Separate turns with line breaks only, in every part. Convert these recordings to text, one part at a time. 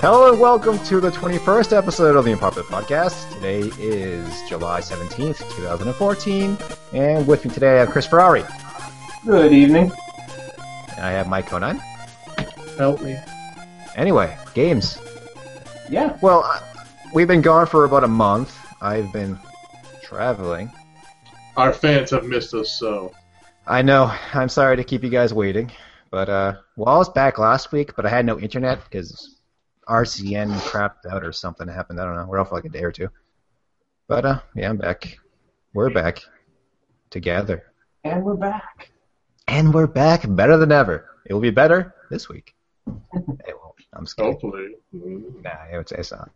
Hello and welcome to the 21st episode of the Unpopular Podcast. Today is July 17th, 2014, and with me today I have Chris Ferrari,
Good evening.
and I have Mike Conan.
Help me.
Anyway, games.
Yeah.
Well, I- we've been gone for about a month. I've been traveling.
Our fans have missed us, so
I know, I'm sorry to keep you guys waiting, but uh, well, I was back last week, but I had no internet because RCN crapped out or something happened. I don't know. We're off for like a day or two. But uh, yeah, I'm back. We're back together.
And we're back.
And we're back better than ever. It will be better this week. It won't. I'm scared.
hopefully. Mm,
Nah, it's, it's not.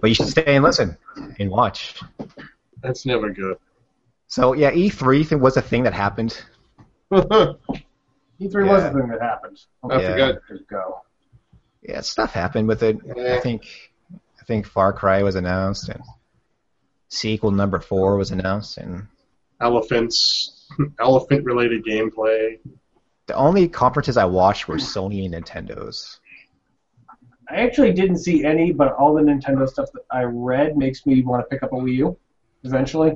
But you should stay and listen and watch.
That's never good.
So yeah, E3 thing was a thing that happened.
I
E3
Yeah.
E was the thing that happened.
Yeah.
forgot.
Just go.
Yeah, stuff happened with it. I
Yeah.
think I think Far Cry was announced and sequel number four was announced and
Elephants, elephant related gameplay.
the only conferences I watched were Sony and Nintendo's.
I actually didn't see any, but all the Nintendo stuff that I read makes me want to pick up a Wii U eventually.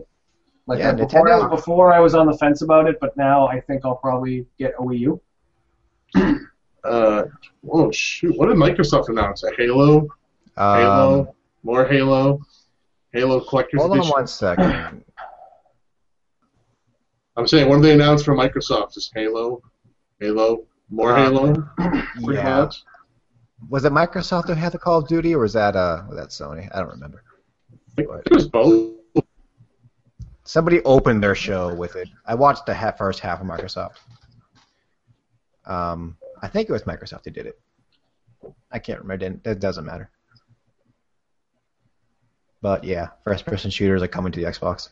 Like
Yeah,
uh, before, I,
Nintendo-
before I was on the fence about it, but now I think I'll probably get a Wii U.
Uh, oh, shoot. What did Microsoft announce? A Halo?
Um,
Halo? more Halo? Halo Collector's
hold on
Edition?
one second.
I'm saying, what did they announce for Microsoft? Just Halo? Halo? More
Uh,
Halo? Pretty
yeah.
much?
Was it Microsoft who had the Call of Duty or was that uh was that Sony? I don't remember.
It was both.
Somebody opened their show with it. I watched the ha- first half of Microsoft. Um, I think it was Microsoft who did it. I can't remember. It, didn't, it doesn't matter. But yeah, first-person shooters are coming to the Xbox.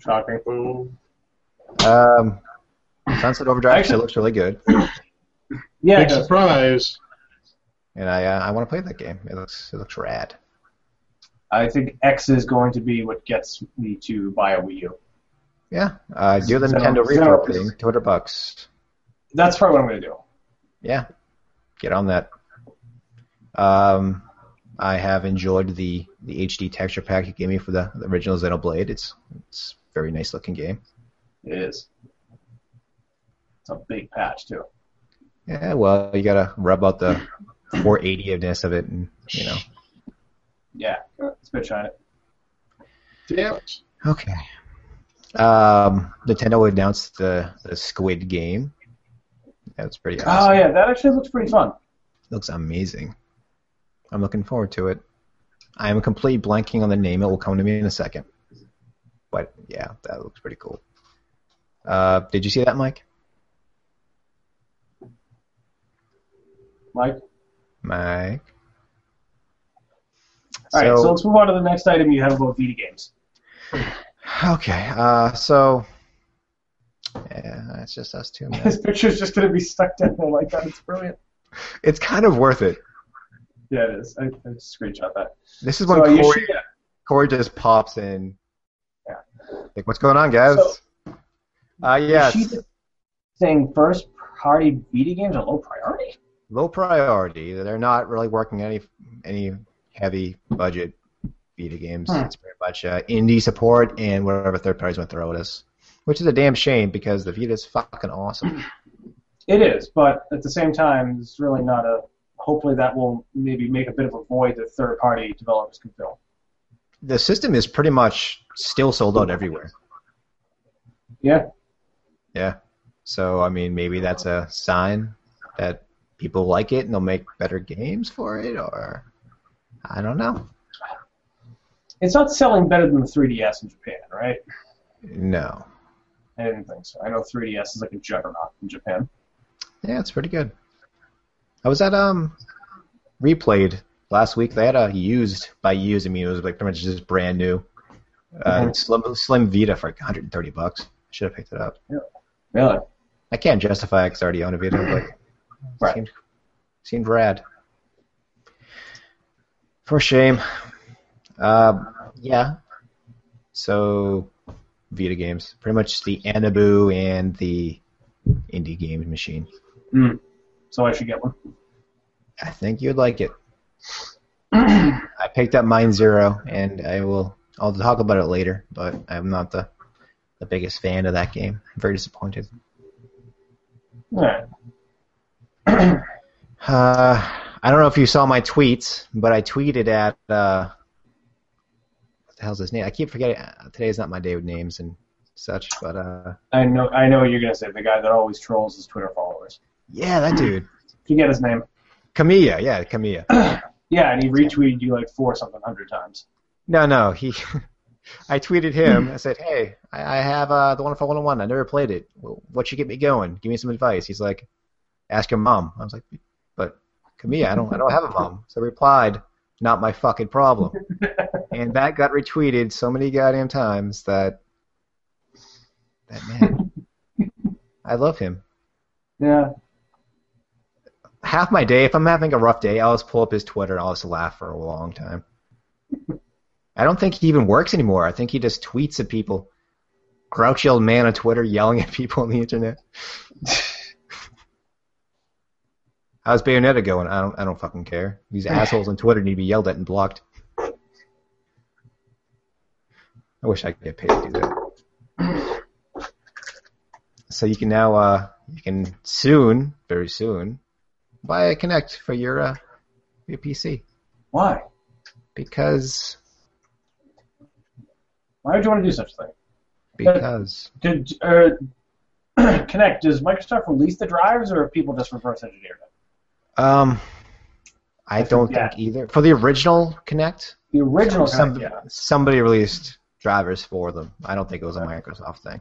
Shocking.
Boom.
Um, Sunset Overdrive actually looks really good,
Yeah,
Big
it does.
surprise.
and I uh, I want to play that game. It looks it looks rad.
I think X is going to be what gets me to buy a Wii U.
Yeah, uh, do the
So-
Nintendo
so-
retro thing, two hundred bucks.
That's probably what I'm going to do.
Yeah, get on that. Um, I have enjoyed the, the HD texture pack you gave me for the, the original Xenoblade. It's it's a very nice looking game.
It is. It's a big patch, too.
Yeah, well, you gotta rub out the 480ness of it, and you know.
Yeah, it's been shiny.
Damn it.
Okay. Um, Nintendo announced the, the Squid Game. That's pretty awesome.
Oh, yeah, that actually looks pretty fun.
Looks amazing. I'm looking forward to it. I am completely blanking on the name. It will come to me in a second. But yeah, that looks pretty cool. Uh, did you see that, Mike?
Mike?
Mike.
All right,
So-
so, let's move on to the next item you have about Vita games.
Okay. Uh, so yeah, it's just us two. Man.
His picture's just going to be stuck down there like that. It's brilliant.
it's kind of worth it.
Yeah, it is. I, I screenshot that.
This is
So
when
uh, you
Corey,
should- yeah.
Corey just pops in.
Yeah.
Like, what's going on, guys?
So-
uh, yes.
She did- saying first party Vita games are low priority?
low priority. They're not really working any any heavy budget Vita games.
Hmm.
It's pretty much uh, indie support and whatever third parties want to throw at us, which is a damn shame because the Vita is fucking awesome.
It is, but at the same time, it's really not a. Hopefully, that will maybe make a bit of a void that third party developers can fill.
The system is pretty much still sold out everywhere.
Yeah.
Yeah. So I mean, maybe that's a sign that people like it and they'll make better games for it, or I don't know.
It's not selling better than the 3DS in Japan, right?
No.
I didn't think so. I know 3DS is like a juggernaut in Japan.
Yeah, it's pretty good. I was at um replayed last week. They had a used by used. I mean, it was like pretty much just brand new. Uh,
Mhm.
Slim Slim Vita for like 130 bucks. I should have picked it up.
Really?
I can't justify it 'cause I already own a Vita, but it
Right.
seemed seemed rad. For shame. Um, yeah. So, Vita games, pretty much the Anabu and the indie games machine.
So I should get one.
I think you'd like it. I picked up Mine Zero, and I will. I'll talk about it later, but I'm not the the biggest fan of that game. I'm very disappointed.
Alright.
Uh, I don't know if you saw my tweets, but I tweeted at uh, what the hell's his name? I keep forgetting. uh, Today's not my day with names and such, but uh,
I know I know what you're gonna say, the guy that always trolls his Twitter followers.
yeah, that dude,
Forget his name.
Camilla. Yeah, Camilla.
Yeah, and he retweeted you like four something hundred times.
No, no, he. I tweeted him. I said, "Hey, I, I have uh, the Wonderful 101. I never played it. Wh- What should get me going? Give me some advice." He's like, "Ask your mom." I was like, "But Camille, I don't, I don't have a mom." So I replied, "Not my fucking problem." and that got retweeted so many goddamn times that that man, I love him.
Yeah.
Half my day, if I'm having a rough day, I'll just pull up his Twitter and I'll just laugh for a long time. I don't think he even works anymore. I think he just tweets at people. Grouchy old man on Twitter yelling at people on the internet. How's Bayonetta going? I don't I don't fucking care. These assholes on Twitter need to be yelled at and blocked. I wish I could get paid to do that. So you can now uh you can soon, very soon, buy a Connect for your uh your PC.
Why?
Because
Why would you want to do such a thing?
because
Did uh, Connect, does Microsoft release the drives or have people just reverse engineered it?
um I don't
Yeah.
think either for the original Connect
The original
Some-
Connect, yeah.
somebody released drivers for them. I don't think it was a Microsoft thing.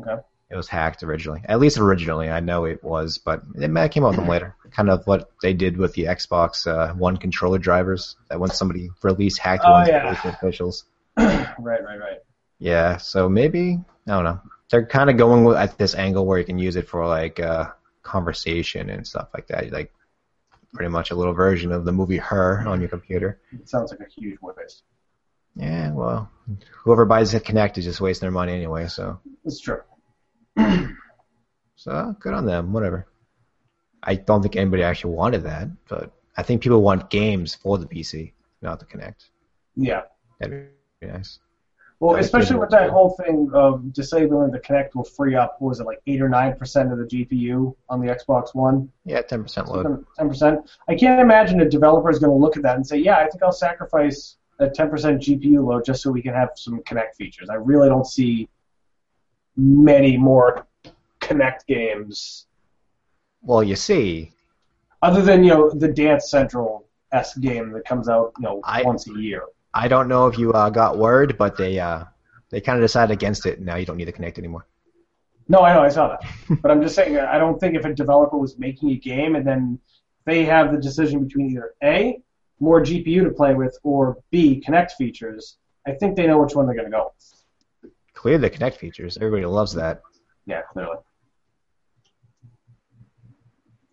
Okay.
It was hacked originally. At least originally, I know it was, but it ma- came out with them later. Kind of what they did with the Xbox uh, One controller drivers. That once somebody released hacked
Oh,
ones,
yeah.
released to officials.
Right, right, right.
Yeah. So maybe I don't know. They're kind of going with, at this angle where you can use it for like uh, conversation and stuff like that. Like pretty much a little version of the movie Her on your computer.
It sounds like a huge waste.
Yeah, well, whoever buys a Connect is just wasting their money anyway. So,
It's true.
so good on them. Whatever. I don't think anybody actually wanted that, but I think people want games for the PC, not the Connect.
Yeah.
That'd be nice.
Well,
That's
especially
good.
with that whole thing of disabling the Connect will free up, what was it, like 8 or 9% of the GPU on the Xbox One?
Yeah, ten percent load.
10%. I can't imagine a developer is going to look at that and say, yeah, I think I'll sacrifice a 10% GPU load just so we can have some Connect features. I really don't see many more Connect games
Well, you see,
other than, you know, the Dance Central S game that comes out, you know,
I-
once a year.
I don't know if you uh, got word, but they uh, they kind of decided against it. Now you don't need the Connect anymore.
No, I know, I saw that. but I'm just saying, I don't think if a developer was making a game and then they have the decision between either A, more GPU to play with, or B, Connect features, I think they know which one they're going to go with.
Clear the Connect features. Everybody loves that.
Yeah, clearly.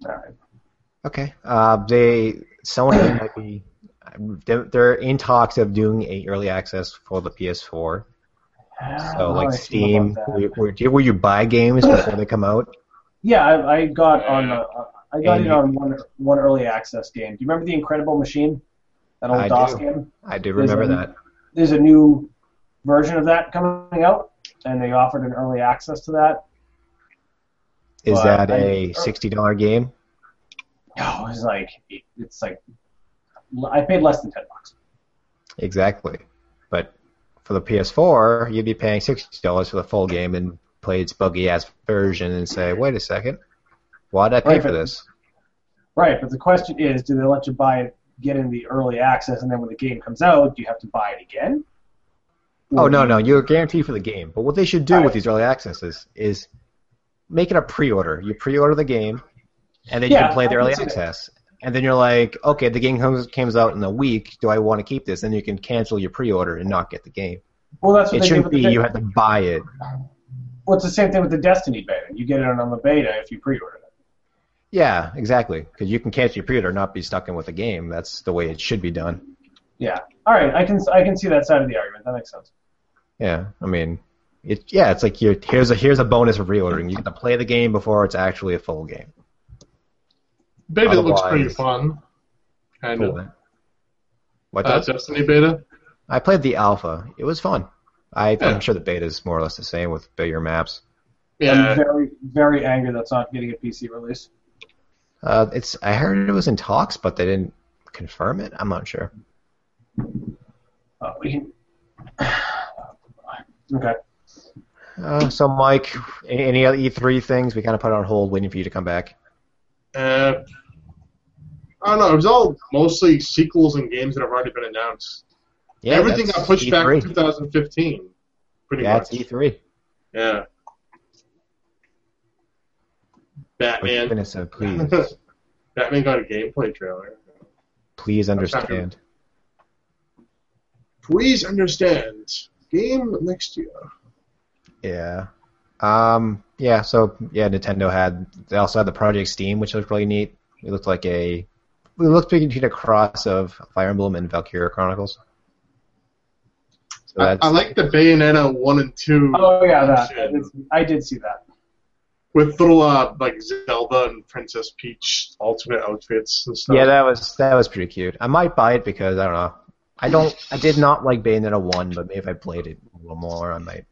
All right.
Okay. Uh, they Sony might be they're, they're in talks of doing a early access for the PS4.
Oh,
So like Steam, where, where, do you- where you buy games before they come out.
Yeah, I, I got on. Uh, I got
And
in
you-
on one one early access game. Do you remember the Incredible Machine? That old
I
DOS
do.
game.
I do remember
There's a-
that.
there's a new version of that coming out, and they offered an early access to that.
Is
Well,
that
I-
a sixty dollar game?
Oh, it's like it's like I paid less than ten bucks.
Exactly. But for the PS4, you'd be paying sixty dollars for the full game and play its buggy ass version and say, wait a second, why'd I pay
Right,
for
but-
this?
Right, but the question is, do they let you buy it, get in the early access, and then when the game comes out, do you have to buy it again?
Oh
Or
no,
do
no, you're guaranteed for the game. But what they should do
Right.
with these early accesses is make it a pre-order. You pre-order the game, and then you
Yeah,
can play
I
the
can
early
see that.
access. And then you're like, okay, the game comes comes out in a week. Do I want to keep this? Then you can cancel your pre-order and not get the game.
you- Well, that's what
It
they did
shouldn't
with
be
the De-
you have to buy it.
well, it's the same thing with the Destiny beta. You get it on the beta if you pre-order it.
Yeah, exactly. Because you can cancel your pre-order, and not be stuck in with the game. That's the way it should be done.
Yeah. All right, I can I can see that side of the argument. That makes sense.
Yeah, I mean, it. Yeah, it's like you're, here's a here's a bonus for pre-ordering. You get to play the game before it's actually a full game.
Beta looks
Otherwise-
pretty fun. Kind
Cool
of.
then. What
Uh,
does?
Destiny beta.
I played the alpha. It was fun. I,
Yeah.
I'm sure the beta is more or less the same with bigger maps.
Yeah.
I'm very, very angry that's not getting a PC release.
Uh, it's. I heard it was in talks, but they didn't confirm it. I'm not sure.
Uh, we can... okay.
Uh, so, Mike, a- any other E3 things we kind of put on hold, waiting for you to come back?
Uh, I don't know. It was all mostly sequels and games that have already been announced. Everything
that's E
got pushed back
E3.
to 2015. Pretty
That's E
much.
E3.
Yeah.
For
Batman.
goodness sake, please,
Batman got a gameplay trailer.
please
not gonna-
understand.
Please understand. Game next year.
Yeah. Um. Yeah. So yeah, Nintendo had. They also had the Project Steam, which looked really neat. It looked like a. It looked between a cross of Fire Emblem and Valkyria Chronicles. So
I,
that's,
I like the Bayonetta one and two
Oh yeah, that I did, see, I did see that.
with little uh, like Zelda and Princess Peach alternate outfits and stuff.
yeah, that was that was pretty cute. I might buy it because I don't know. I don't. I did not like Bayonetta one, but maybe if I played it a little more, I might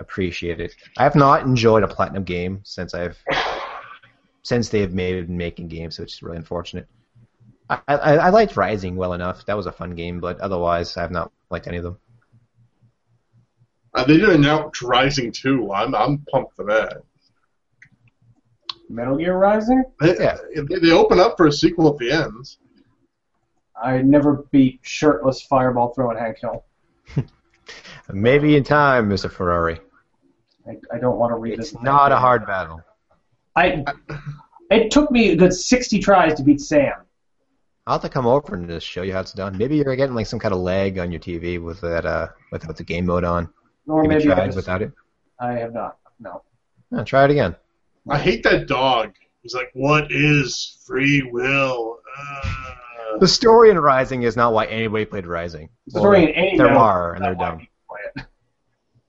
appreciate it. I have not enjoyed a platinum game since I've since they've made been making games, which is really unfortunate. I, I, I liked Rising well enough. That was a fun game, but otherwise, I have not liked any of them.
Uh, they did announce Rising two. I'm I'm pumped for that.
Metal Gear Rising.
They, uh,
Yeah.
they, they open up for a sequel at the end.
I never beat shirtless fireball throwing Hank Hill.
Maybe in time, Mr. Ferrari.
I, I don't want to read
It's
this.
not a hard battle.
I. It took me a good sixty tries to beat Sam.
I'll have to come over and just show you how it's done. Maybe you're getting like some kind of lag on your TV with that uh without the game mode on.
Or
Have you
maybe I,
tried
just,
without it?
I have not. No.
No, try it again.
I hate that dog. He's like, what is free will? Uh,
The story in Rising is not why anybody played Rising.
It's a story in any
They're
Metal
Mar and
Gear
they're
that
dumb.
why I play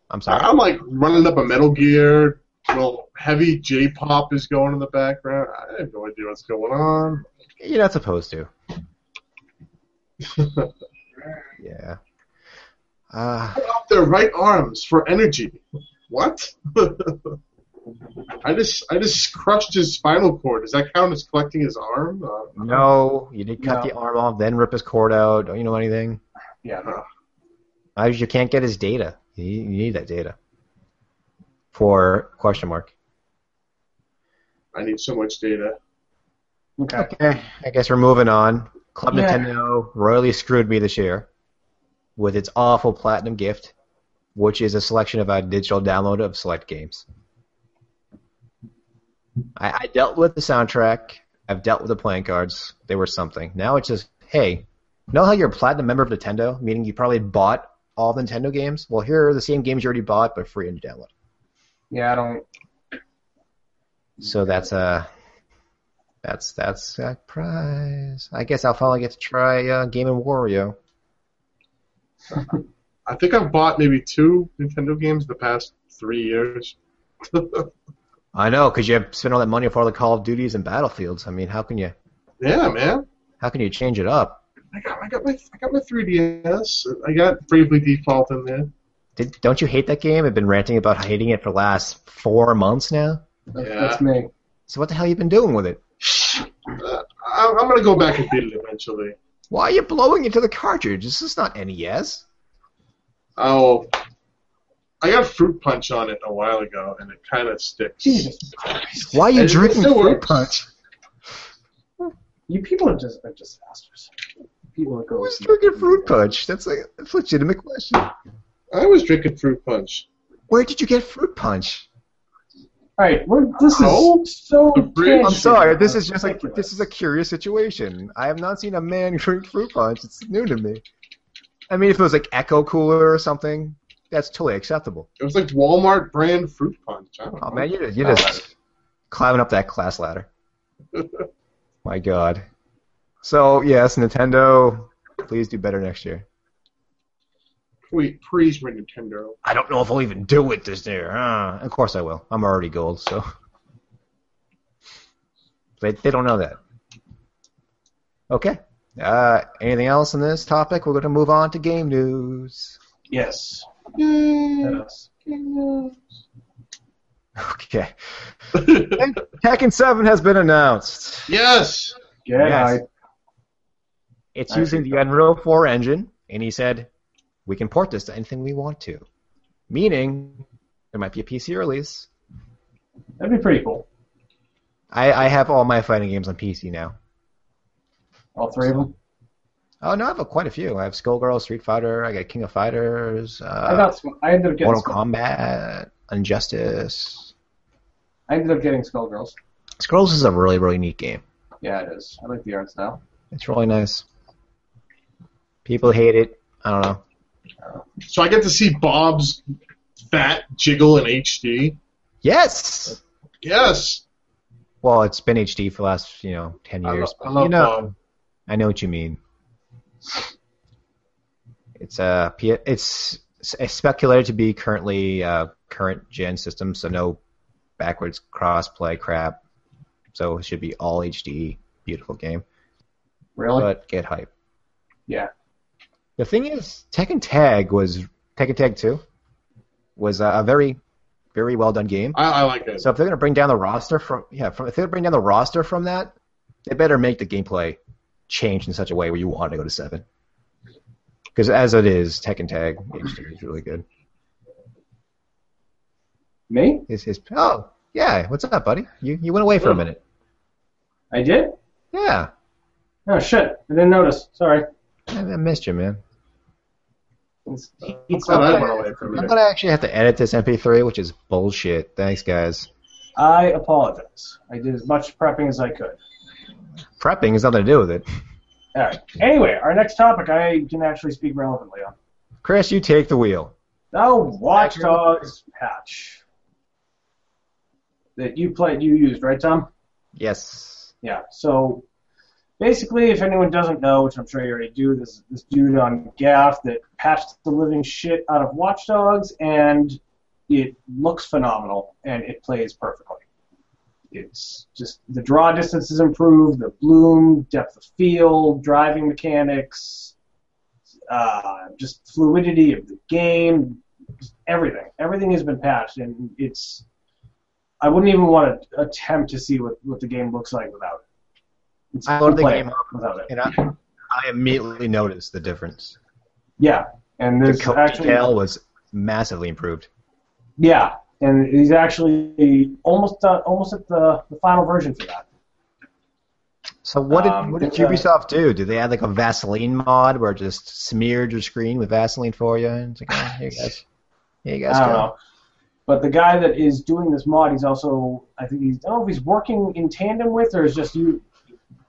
I'm sorry.
I'm like running up a Metal Gear. Well, heavy J-pop is going in the background. I have no idea what's going on.
You're not supposed to. yeah. Uh,
Cut off their right arms for energy. What? I just I just crushed his spinal cord. Does that count as collecting his arm? Uh,
no, you did cut
No.
the arm off, then rip his cord out. Don't you know anything?
Yeah. no.
I, you can't get his data. You, you need that data. For question mark.
I need so much data.
Okay.
Okay, I guess we're moving on. Club
Yeah.
Nintendo royally screwed me this year with its awful platinum gift, which is a selection of a digital download of select games. I, I dealt with the soundtrack. I've dealt with the playing cards. They were something. Now it's just, hey, know how you're a platinum member of Nintendo, meaning you probably bought all the Nintendo games? Well, here are the same games you already bought, but free on your download.
Yeah. I don't.
So that's uh that's that's a prize. I guess I'll finally get to try uh, Game and Wario.
I think I've bought maybe two Nintendo games the past three years.
I know, 'cause you spent all that money for all the Call of Duties and Battlefields. I mean, how can you
yeah, man.
how can you change it up?
I got, I got my I got my 3DS. I got Bravely Default in there.
Did, don't you hate that game? I've been ranting about hating it for the last four months now.
That's,
Yeah.
that's me.
So what the hell you been doing with it?
Uh, I, I'm gonna go back and beat it eventually.
Why are you blowing into the cartridge? This is not E NES.
Oh, I got Fruit Punch on it a while ago, and it kind of sticks.
Jesus.
Why are you
It- it
drinking
still
Fruit
works.
Punch?
You people are just are disasters. People that go.
Who's drinking Fruit Punch? That's like that's a legitimate question.
I was drinking Fruit Punch.
Where did you get Fruit Punch?
All right, we're, this is
No.
so.
Oh. The bridge-
I'm
I'm
sorry. This is just like this is a curious situation. I have not seen a man drink fruit punch. It's new to me. I mean, if it was like Echo Cooler or something, that's totally acceptable.
It was like Walmart brand Fruit Punch. I don't
Oh
know.
man, you're, you're just climbing up that class ladder. My God. So yes, Nintendo, please do better next year.
Please, please, my Nintendo.
I don't know if I'll even do it this year. Uh, of course I will. I'm already gold, so. They, they don't know that. Okay. Uh, anything else on this topic? We're going to move on to game news.
Yes. That
Yay.
is.
Okay. Tekken 7 has been announced.
yes.
Yeah,
Yes. It's
I
using
see.
the Unreal 4 engine, and he said, we can port this to anything we want to. Meaning, there might be a PC release.
I- that'd be pretty cool.
I, I have all my fighting games on PC now.
All three of them.
Oh, no, I have quite a few. I have Skullgirl, Street Fighter, I got King of Fighters,
I
uh,
got. Sm- I ended up getting.
Mortal
Skull-
Kombat, Injustice.
I ended up getting Skullgirls.
Scrolls is a really, really neat game.
Yeah, it is. I like the art style.
It's really nice. People hate it. I don't know.
So I get to see Bob's fat jiggle in HD.
Yes!
Yes.
Well, it's been HD for the last, you know, 10
I, lo-
years.
I
but,
love
you know,
Bob.
I know what you mean. It's uh, P- it's it's speculated to be currently uh, current gen system, so no backwards crossplay crap. So it should be all HD, beautiful game.
Really?
But get hype.
Yeah.
The thing is, Tekken Tag was Tekken Tag Two was uh, a very, very well done game.
I, I like it.
So if they're gonna bring down the roster from yeah, from, if they're gonna bring down the roster from that, they better make the gameplay change in such a way where you want to go to seven. Because as it is, Tekken Tag HD is really good.
Me?
It's, it's, oh yeah, what's up, buddy? You you went away for a
Yeah.
minute.
I did?
Yeah,
Oh shit! I didn't notice. Sorry.
I, I missed you, man.
It's,
I'm
it's
glad I
not
went
bad.
away for a
I'm
minute.
gonna actually have to edit this MP3, which is bullshit. Thanks, guys.
I apologize. I did as much prepping as I could.
Prepping has nothing to do with it.
All right. Anyway, our next topic I can actually speak relevantly on.
Chris, you take the wheel.
The Watch Dogs patch that you played, you used, right, Tom?
Yes.
Yeah. So basically, if anyone doesn't know, which I'm sure you already do, this this dude on Gaff that patched the living shit out of Watch Dogs, and it looks phenomenal and it plays perfectly. It's just the draw distance is improved, the bloom, depth of field, driving mechanics, uh, just fluidity of the game, just everything. Everything has been patched, and it's I wouldn't even want to attempt to see what, what the game looks like without it. It's
I loaded the
unplayable
game
without it.
And I, I immediately noticed the difference.
Yeah, and
The
there's
code
actually
detail was massively improved.
yeah, and he's actually almost done, almost at the, the final version for that.
So what did
Um,
what did
it's, uh,
Ubisoft do? Did they add like a Vaseline mod where it just smeared your screen with Vaseline for you? And it's like, oh, here you guys, here you guys
I don't
go.
know. But the guy that is doing this mod, he's also I think he's I don't know if he's working in tandem with or is just u-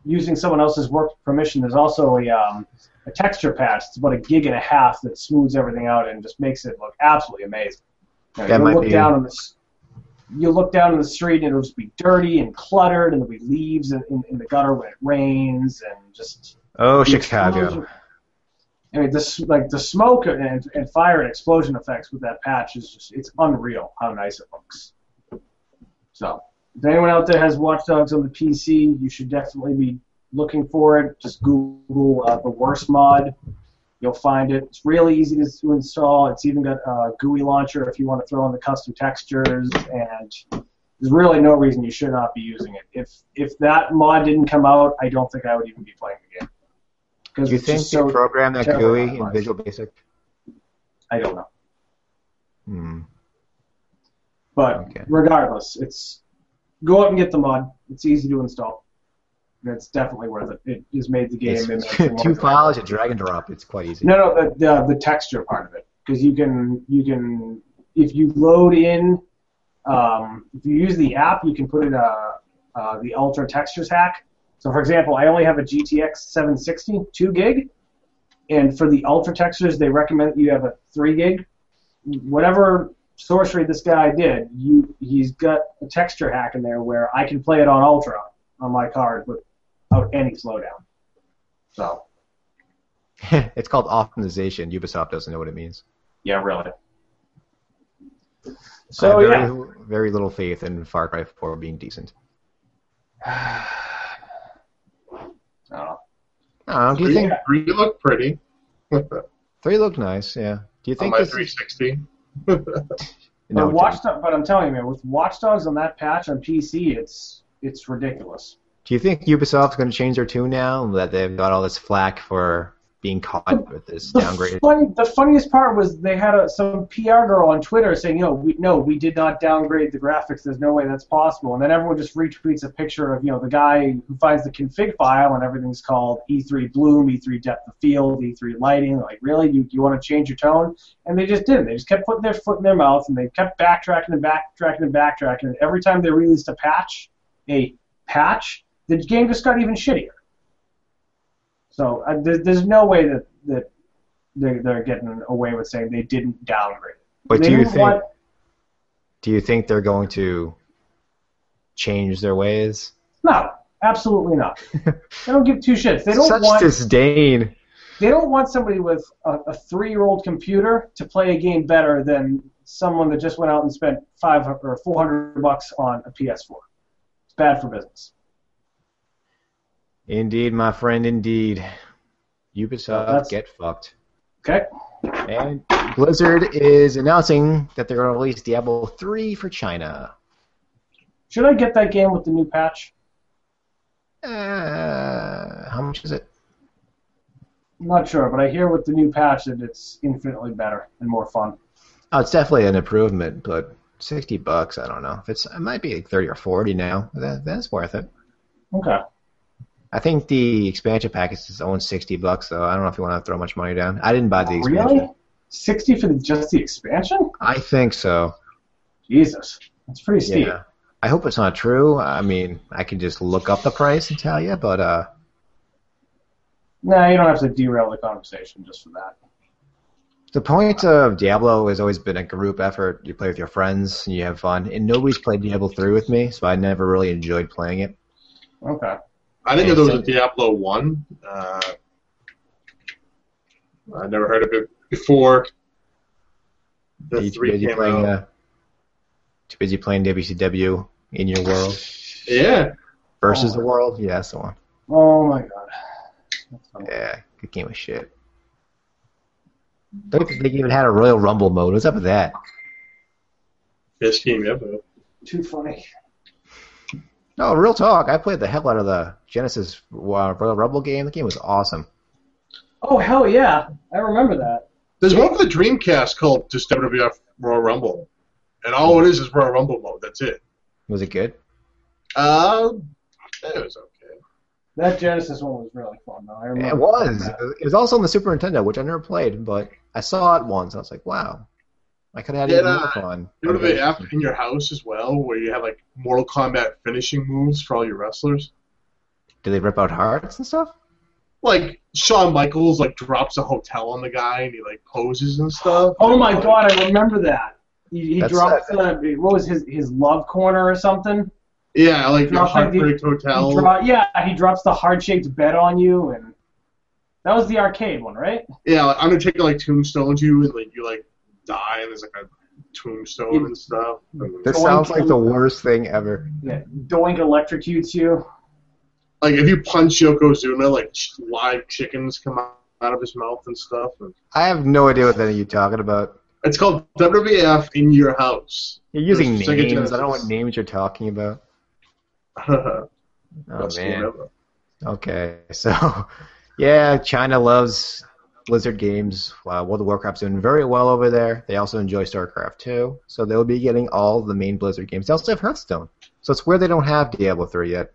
using someone else's work permission. There's also a um, a texture patch. It's about a gig and a half that smooths everything out and just makes it look absolutely amazing. You know,
That
you
might
look
be-
down on this. You look down in the street and it'll just be dirty and cluttered, and there'll be leaves in, in, in the gutter when it rains, and just
Oh,
the
Chicago.
explosion- I mean, this like the smoke and, and fire and explosion effects with that patch is just it's unreal how nice it looks. So, if anyone out there has Watch Dogs on the PC, you should definitely be looking for it. Just Google uh, the worst mod, you'll find it. It's really easy to, to install. It's even got a GUI launcher if you want to throw in the custom textures, and there's really no reason you should not be using it. If if that mod didn't come out, I don't think I would even be playing the game. Because
Do you
it's
think
just so
they programmed that
terrible
GUI in
online.
Visual Basic?
I don't know.
Hmm.
But
Okay.
regardless, it's go out and get the mod. It's easy to install. And It's definitely worth it. It has made the game.
It's-
it makes it more
two
enjoyable.
files, you drag and drop. It's quite easy.
No, no, the, the, the texture part of it, because you can you can if you load in, um, if you use the app, you can put in uh uh, the Ultra Textures hack. So, for example, I only have a GTX 760 two gig, and for the Ultra Textures, they recommend that you have a three gig. Whatever sorcery this guy did, you he's got a texture hack in there where I can play it on Ultra on my card without any slowdown. So,
it's called optimization. Ubisoft doesn't know what it means.
yeah, really.
I
So
have
yeah,
very, very little faith in Far Cry 4 being decent.
I don't know.
Oh, do you
three,
think
three look pretty on
three looked nice? Yeah. Do you think
my
this?
360.
No,
but
it
Watch
didn't.
Do- but I'm telling you, man, with Watch Dogs on that patch on PC, it's it's ridiculous.
Do you think Ubisoft's going to change their tune now that they've got all this flack for being caught with this downgrade?
The, funny, the funniest part was they had a, some PR girl on Twitter saying, you know, we, no, we did not downgrade the graphics. There's no way that's possible. And then everyone just retweets a picture of, you know, the guy who finds the config file and everything's called E3 bloom, E3 depth of field, E3 lighting. Like, really? You, you want to change your tone? And they just didn't. They just kept putting their foot in their mouth and they kept backtracking and backtracking and backtracking. And every time they released a patch, a patch, the game just got even shittier. So uh, there, there's no way that, that they're, they're getting away with saying they didn't downgrade. it.
But
they
do you
didn't
think
want-
do you think they're going to change their ways?
no, absolutely not. they don't give two shits. They don't
Such
want.
disdain.
They don't want somebody with a, a three-year-old computer to play a game better than someone that just went out and spent five hu- or four hundred bucks on a PS4. It's bad for business.
Indeed, my friend. Indeed, Ubisoft
That's-
get fucked.
Okay.
And Blizzard is announcing that they're going to release Diablo 3 for China.
Should I get that game with the new patch?
Uh, how much is it?
I'm not sure, but I hear with the new patch that it's infinitely better and more fun.
Oh, it's definitely an improvement, but sixty bucks. I don't know. If it's, it might be like thirty or forty now. That, that's worth it.
Okay.
I think the expansion package is its own sixty bucks, so I don't know if you want to throw much money down. I didn't buy the expansion.
Really? Sixty for the, just the expansion?
I think so.
Jesus, that's pretty steep.
Yeah. I hope it's not true. I mean, I can just look up the price and tell you, but uh,
No, you don't have to derail the conversation just for that.
The point of Diablo has always been a group effort. You play with your friends and you have fun. And nobody's played Diablo 3 with me, so I never really enjoyed playing it.
Okay.
I think if there was a
Exactly.
Diablo one, uh, I never heard of it before. The
You
three came out.
uh, too busy playing WCW in your world
yeah,
versus
Oh.
the world. Yeah, that's the one.
Oh my god. That's fun.
Yeah, good game of shit. Don't think they even had a Royal Rumble mode. What's up with that?
best game ever.
Too funny.
No, real talk. I played the hell out of the Genesis uh, Royal Rumble game. The game was awesome.
Oh hell yeah! I remember that.
There's one for the Dreamcast called just WWF Royal Rumble, and all it is is Royal Rumble mode. That's it.
Was it good? Oh.
Um, it was okay.
That Genesis one was really fun though. I remember.
It was.
that.
It was also on the Super Nintendo, which I never played, but I saw it once. and I was like, wow, I could have had
Yeah,
even
nah,
more fun.
You know the app in your house as well, where you have like Mortal Kombat finishing moves for all your wrestlers.
Do they rip out hearts and stuff?
Like Shawn Michaels, like drops a hotel on the guy, and he like poses and stuff.
Oh
And,
my
like,
god! I remember that. He, he
That's
dropped the what was his his love corner or something.
Yeah, like your
Drops, like, the-
Heartbreak
He
Hotel.
dro- yeah, he drops the heart shaped bed on you, and that was the arcade one, right?
Yeah, like Undertaker like tombstones you, and like you like die, and there's like a tombstone and stuff. And,
That
Doink.
sounds like the worst thing ever.
Yeah. Doink electrocutes you.
like if you punch Yokozuna, like ch- live chickens come out of his mouth and stuff. And
I have no idea what any of you talking about.
it's called WWF in your house.
You're using
It's like a
names. I don't know
Genesis.
what names you're talking about. Oh,
Best game
man.
ever.
Okay, so yeah, China loves Blizzard games. Uh, World of Warcraft's doing very well over there. They also enjoy StarCraft too, so they'll be getting all the main Blizzard games. They also have Hearthstone, so it's where they don't have Diablo 3 yet,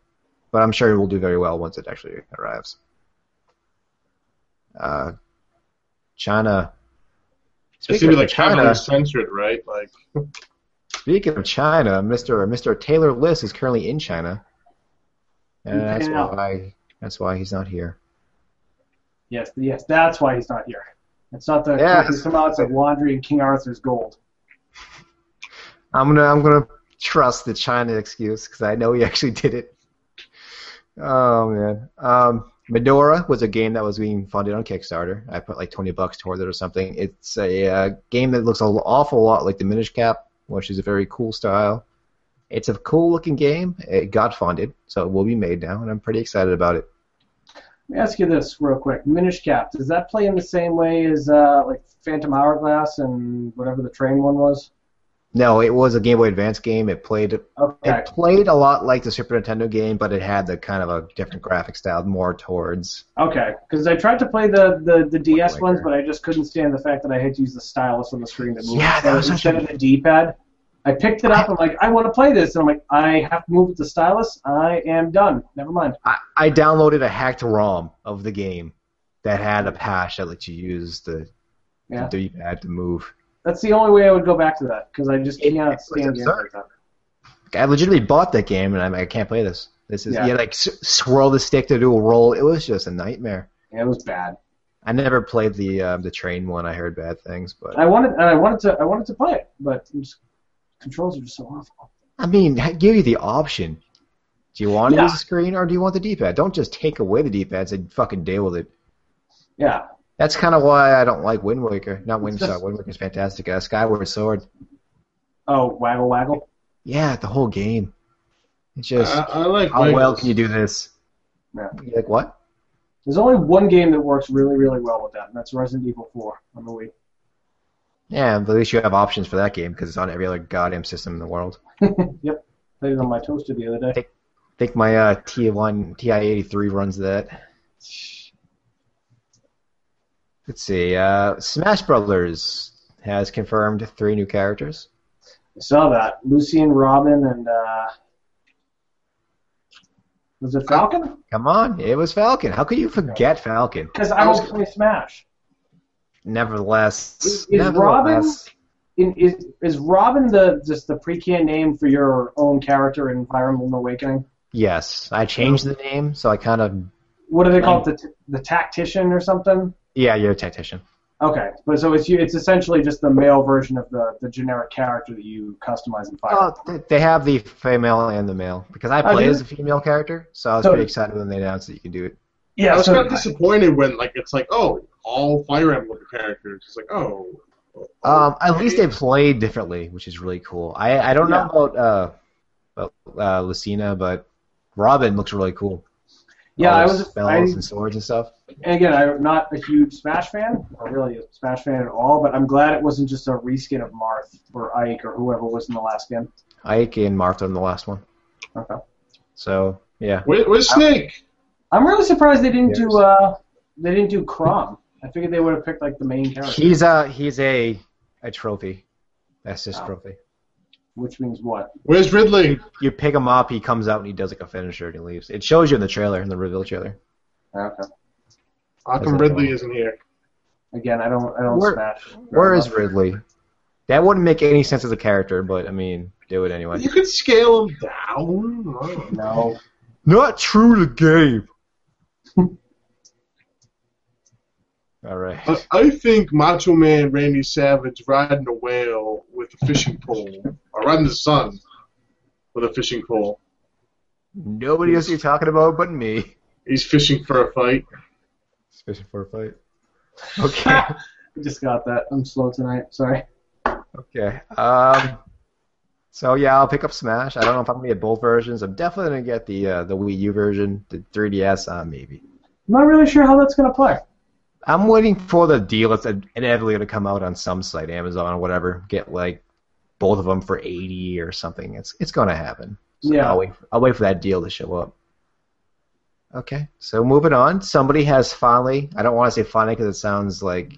but I'm sure it will do very well once it actually arrives. Uh, China.
It's gonna
of
be like heavily
China,
censored, right? Like
speaking of China, Mr. Mr. Taylor List is currently in China, and that's
Yeah.
why that's why he's not here.
Yes, yes, that's why he's not here. It's not the
Yeah.
it's come out it's like laundry and King Arthur's gold.
I'm gonna I'm gonna trust the China excuse because I know he actually did it. Oh man, um, Medora was a game that was being funded on Kickstarter. I put like 20 bucks towards it or something. It's a uh, game that looks an awful lot like Diminished Cap, which is a very cool style. It's a cool looking game. It got funded, so it will be made now, and I'm pretty excited about it.
Let me ask you this real quick. Minish Cap, does that play in the same way as uh, like Phantom Hourglass and whatever the train one was?
No, it was a Game Boy Advance game. It played
Okay.
it played a lot like the Super Nintendo game, but it had the kind of a different graphic style, more towards.
Okay, because I tried to play the, the, the DS
Wind
ones,
Waker.
but I just couldn't stand the fact that I had to use the stylus on the screen to move
Yeah,
it.
that
So
was such
instead
a-
of the D-pad, I picked it up. I'm like, I want to play this, and I'm like, I have to move with the stylus. I am done. Never mind.
I, I downloaded a hacked ROM of the game that had a patch that lets you use the
Yeah.
the D-pad to move.
That's the only way I would go back to that because I just
It-
cannot
it's
stand games
absurd.
like that.
I legitimately bought that game, and I'm like, I can't play this. This is
Yeah.
yeah, like s- swirl the stick to do a roll. It was just a nightmare.
Yeah, it was bad.
I never played the um, the train one. I heard bad things, but
I wanted and I wanted to I wanted to play it, but it just, controls are just so awful.
I mean, I give you the option. Do you want to
Yeah.
use the screen or do you want the D-pad? Don't just take away the D-pad and fucking deal with it.
Yeah,
That's kind of why I don't like Wind Waker. Not Wind
It's
Waker.
just-
Wind Waker's fantastic. Uh, Skyward Sword.
Oh, waggle waggle.
Yeah, the whole game. It's
I,
just
I Uh, like.
how
Wagners.
well can you do this?
Yeah.
You're like what?
There's only one game that works really, really well with that, and that's Resident Evil 4 on the Wii.
Yeah, but at least you have options for that game because it's on every other goddamn system in the world.
Yep, played it on my toaster the other day.
I think my uh, T1 TI-83 runs that. Let's see. Uh, Smash Brothers has confirmed three new characters.
I saw that. Lucy and Robin and uh was it Falcon?
Come on, it was Falcon. How could you forget Falcon?
Because I don't play Smash.
Nevertheless,
Is- is
nevertheless,
In, is is Robin the just the pre-canned name for your own character in Fire Emblem Awakening?
yes. I changed the name, so I kind of
What do they call it? The, t- the tactician or something?
yeah, you're a tactician.
Okay, but so it's you. It's essentially just the male version of the, the generic character that you customize in Fire.
Oh, th- they have the female and the male because I
Oh,
play
do Oh,
as a fememale character, so I was
So-
pretty excited when they announced that you can do it.
yeah,
I was
so-
kind of disappointed when like it's like oh all Fire Emblem characters. It's like oh.
Um, at least they played differently, which is really cool. I I don't
Yeah.
know about uh, about uh, Lucina, but Robin looks really cool.
yeah.
All
I
those
was. I,
spells and swords and stuff.
and again, I'm not a huge Smash fan, or really a Smash fan at all. But I'm glad it wasn't just a reskin of Marth or Ike or whoever was in the last game.
Ike and Martha in the last one.
Okay.
So yeah,
Where, where's Snake?
I'm really surprised they didn't do.
Yes.
Uh, they didn't do Crom. I figured they would have picked like the main character,
he's a he's a a trophy. That's his
Wow.
trophy.
which means what?
Where's Ridley?
You pick him up, he comes out and he does like a finisher and he leaves. It shows you in the trailer, in the reveal trailer.
Okay.
Occam Ridley isn't here.
Again, I don't. I don't
Where-
Smash. very
Where is
much.
Ridley? That wouldn't make any sense as a character, but I mean, do it anyway.
You could scale him down. I don't know.
No.
Not true to Gabe. All right.
I, I think Macho Man Randy Savage riding a whale with a fishing pole, or riding the sun with a fishing pole.
Nobody knows what you're talking about but me.
He's fishing for a fight.
Especially for a fight. Okay.
I just got that. I'm slow tonight. Sorry.
okay. Um. So yeah, I'll pick up Smash. I don't know if I'm gonna get both versions. I'm definitely gonna get the uh, the Wii U version, the 3DS, uh, maybe.
I'm not really sure how that's gonna play.
I'm waiting for the deal that's inevitably going to come out on some site, Amazon or whatever. Get like both of them for eighty or something. It's it's going to happen. So
Yeah.
I'll wait, I'll wait for that deal to show up. Okay, so moving on. Somebody has finally. I don't want to say finally because it sounds like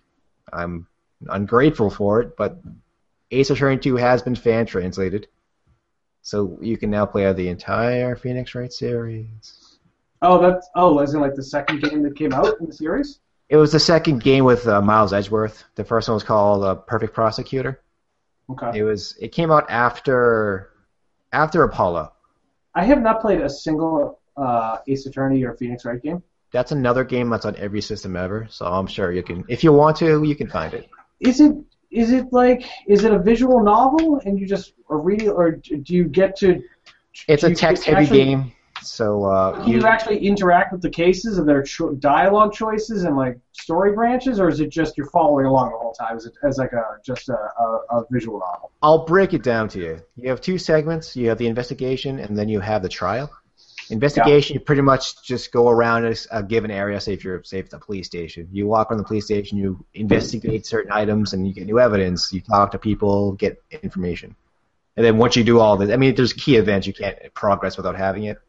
I'm ungrateful for it, but Ace Attorney 2 has been fan translated, so you can now play the entire Phoenix Wright series.
Oh, that's oh, as in like the second game that came out in the series.
It was the second game with uh, Miles Edgeworth. The first one was called uh, Perfect Prosecutor.
Okay.
It was it came out after after Apollo.
I have not played a single uh, Ace Attorney or Phoenix Wright game.
That's another game that's on every system ever, so I'm sure you can if you want to, you can find it.
Is it is it like is it a visual novel and you just are reading or do you get to?
It's
do
a
you
text heavy
actually-
game, so uh,
Can
you
you actually interact with the cases and their cho- dialogue choices and like story branches, or is it just you're following along the whole time as, it, as like a just a, a, a visual novel?
I'll break it down to you. You have two segments, you have the investigation and then you have the trial. Investigation, you pretty much just go around a, s- a given area. Say if you're say if it's a police station, you walk around the police station, you investigate certain items, and you get new evidence. You talk to people, get information, and then once you do all this, I mean, there's key events you can't progress without having it,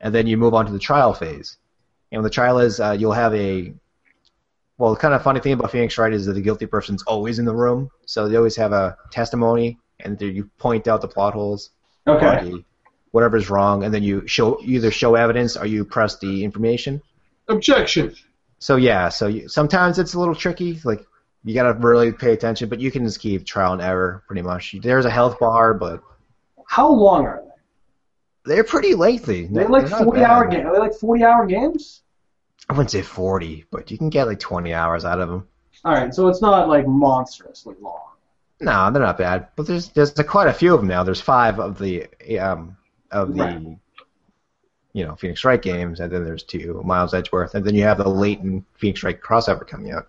and then you move on to the trial phase. And when the trial is, uh, you'll have a well, the kind of funny thing about Phoenix Wright is that the guilty person's always in the room, so they always have a testimony, and there you point out the plot holes
Okay.
body, whatever's wrong, and then you show you either show evidence or you press the information.
Objection.
So yeah, so you, sometimes it's a little tricky. Like you gotta really pay attention, but you can just keep trial and error pretty much. There's a health bar, but
How long are they?
they're pretty lengthy.
They're like
not
forty
bad.
hour game. Are they like forty hour games?
I wouldn't say forty, but you can get like twenty hours out of them.
All right, so it's not like monstrously long.
No, they're not bad. But there's there's quite a few of them now. There's five of the um of the
Right.
you know Phoenix Wright games, and then there's two Miles Edgeworth, and then you have the Leighton Phoenix Wright crossover coming out.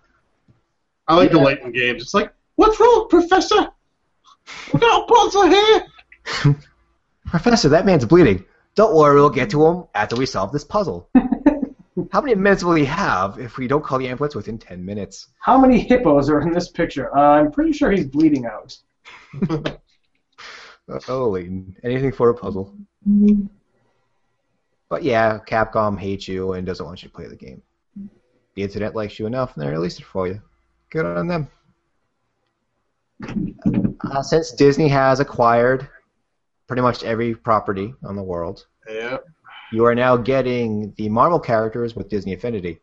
I like
Yeah.
the Leighton games. It's like, what's wrong, Professor? We got a puzzle here.
Professor, that man's bleeding. Don't worry, we'll get to him after we solve this puzzle. How many minutes will he have if we don't call the ambulance within 10 minutes?
How many hippos are in this picture? Uh, I'm pretty sure he's bleeding out.
Oh, Leighton, anything for a puzzle. But yeah, Capcom hates you and doesn't want you to play the game. The internet likes you enough and they released it for you. Good on them. Uh, since Disney has acquired pretty much every property on the world,
Yeah.
you are now getting the Marvel characters with Disney Affinity.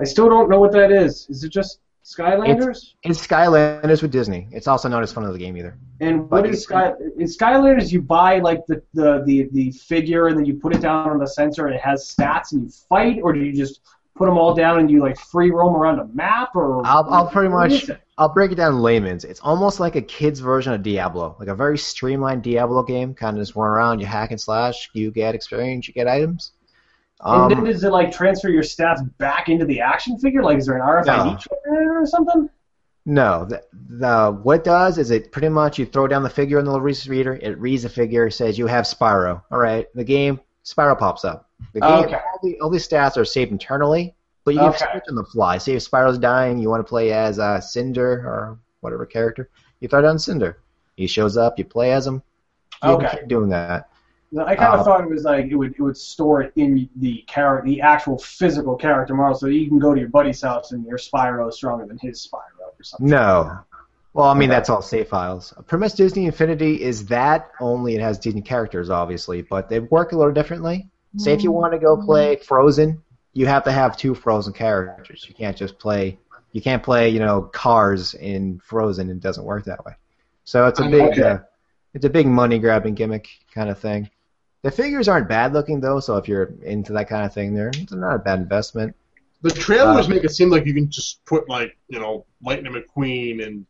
I still don't know what that is. Is it just Skylanders?
It's Skylanders with Disney. It's also not as fun of the game either.
and what is Sky? In Skylanders, you buy like the, the the the figure and then you put it down on the sensor and it has stats and you fight, or do you just put them all down and you like free roam around a map? Or
I'll, I'll pretty
what
much
is it?
I'll break it down in layman's. It's almost like a kid's version of Diablo, like a very streamlined Diablo game. Kind of just run around, you hack and slash, you get experience, you get items.
and then
Um,
does it like transfer your stats back into the action figure? Like, is there an RFID
No.
chip in it or something?
no, the, the what it does is it pretty much you throw down the figure on the little Reese's reader. It reads the figure, says you have Spyro. All right, the game Spyro pops up. The game,
Okay.
all, the, all these stats are saved internally, but you can
Okay.
switch on the fly. Say if Spyro's dying, you want to play as uh, Cinder or whatever character, you throw down Cinder. He shows up, you play as him. You
Okay.
can keep doing that.
No, I kind of
Uh,
thought it was like it would it would store it in the character, the actual physical character model, so that you can go to your buddy's house and your Spyro is stronger than his Spyro or something.
No. Well, I mean,
Okay.
that's all save files. Premise Disney Infinity is that, only it has Disney characters, obviously, but they work a little differently. Say if you want to go play Frozen, you have to have two Frozen characters. You can't just play, you can't play, you know, Cars in Frozen. It doesn't work that way. So it's a big,
Okay.
uh, it's a big money grabbing gimmick kind of thing. The figures aren't bad looking though, so if you're into that kind of thing, they're it's not a bad investment.
The trailers
Uh,
make it seem like you can just put like you know Lightning McQueen and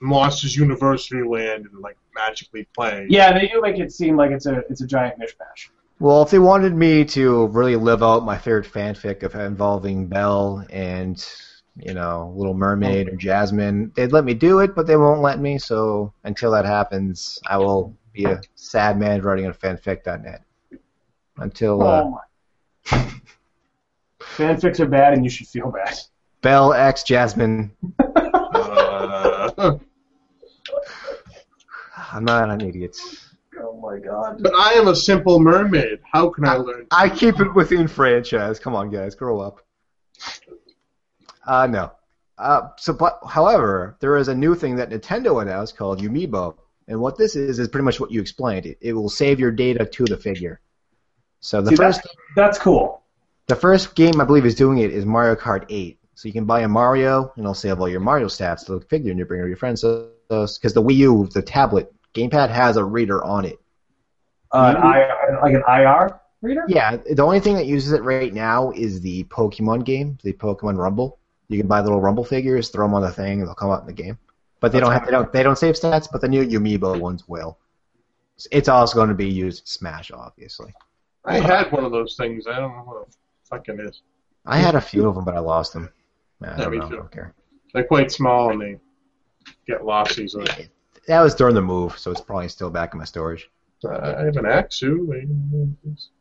Monsters University Land and like magically play.
Yeah, they do make it seem like it's a it's a giant mishmash.
Well, if they wanted me to really live out my favorite fanfic of involving Belle and you know Little Mermaid or Jasmine, they'd let me do it, but they won't let me. So until that happens, I will be a sad man writing on fanfic.net. Until uh,
Oh my. Fanfics are bad, and you should feel bad.
Belle X Jasmine,
Uh,
I'm not an idiot.
Oh my god.
but I am a simple mermaid. How can I learn?
I keep it within franchise. Come on, guys, grow up. Uh, no. Uh, so, but, however, there is a new thing that Nintendo announced called Amiibo, and what this is is pretty much what you explained. It, it will save your data to the figure. So the
See, that-
first,
That's cool.
the first game I believe is doing it is Mario Kart 8. So you can buy a Mario, and it'll save all your Mario stats to the figure, and you bring it to your friends. Because the Wii U, the tablet gamepad has a reader on it.
Uh,
Mm-hmm.
an IR, like an IR reader.
Yeah, the only thing that uses it right now is the Pokemon game, the Pokemon Rumble. You can buy little Rumble figures, throw them on the thing, and they'll come out in the game. But they don't have they don't they don't save stats, but the new Amiibo ones will. It's also going to be used in Smash, obviously.
I had one of those things. I don't know what the fuck it is.
I had a few of them, but I lost them. I
Yeah,
don't
me
know, I
too.
don't care.
They're quite small and they get lost easily.
That was during the move, so it's probably still back in my storage.
Uh, I have an Axu.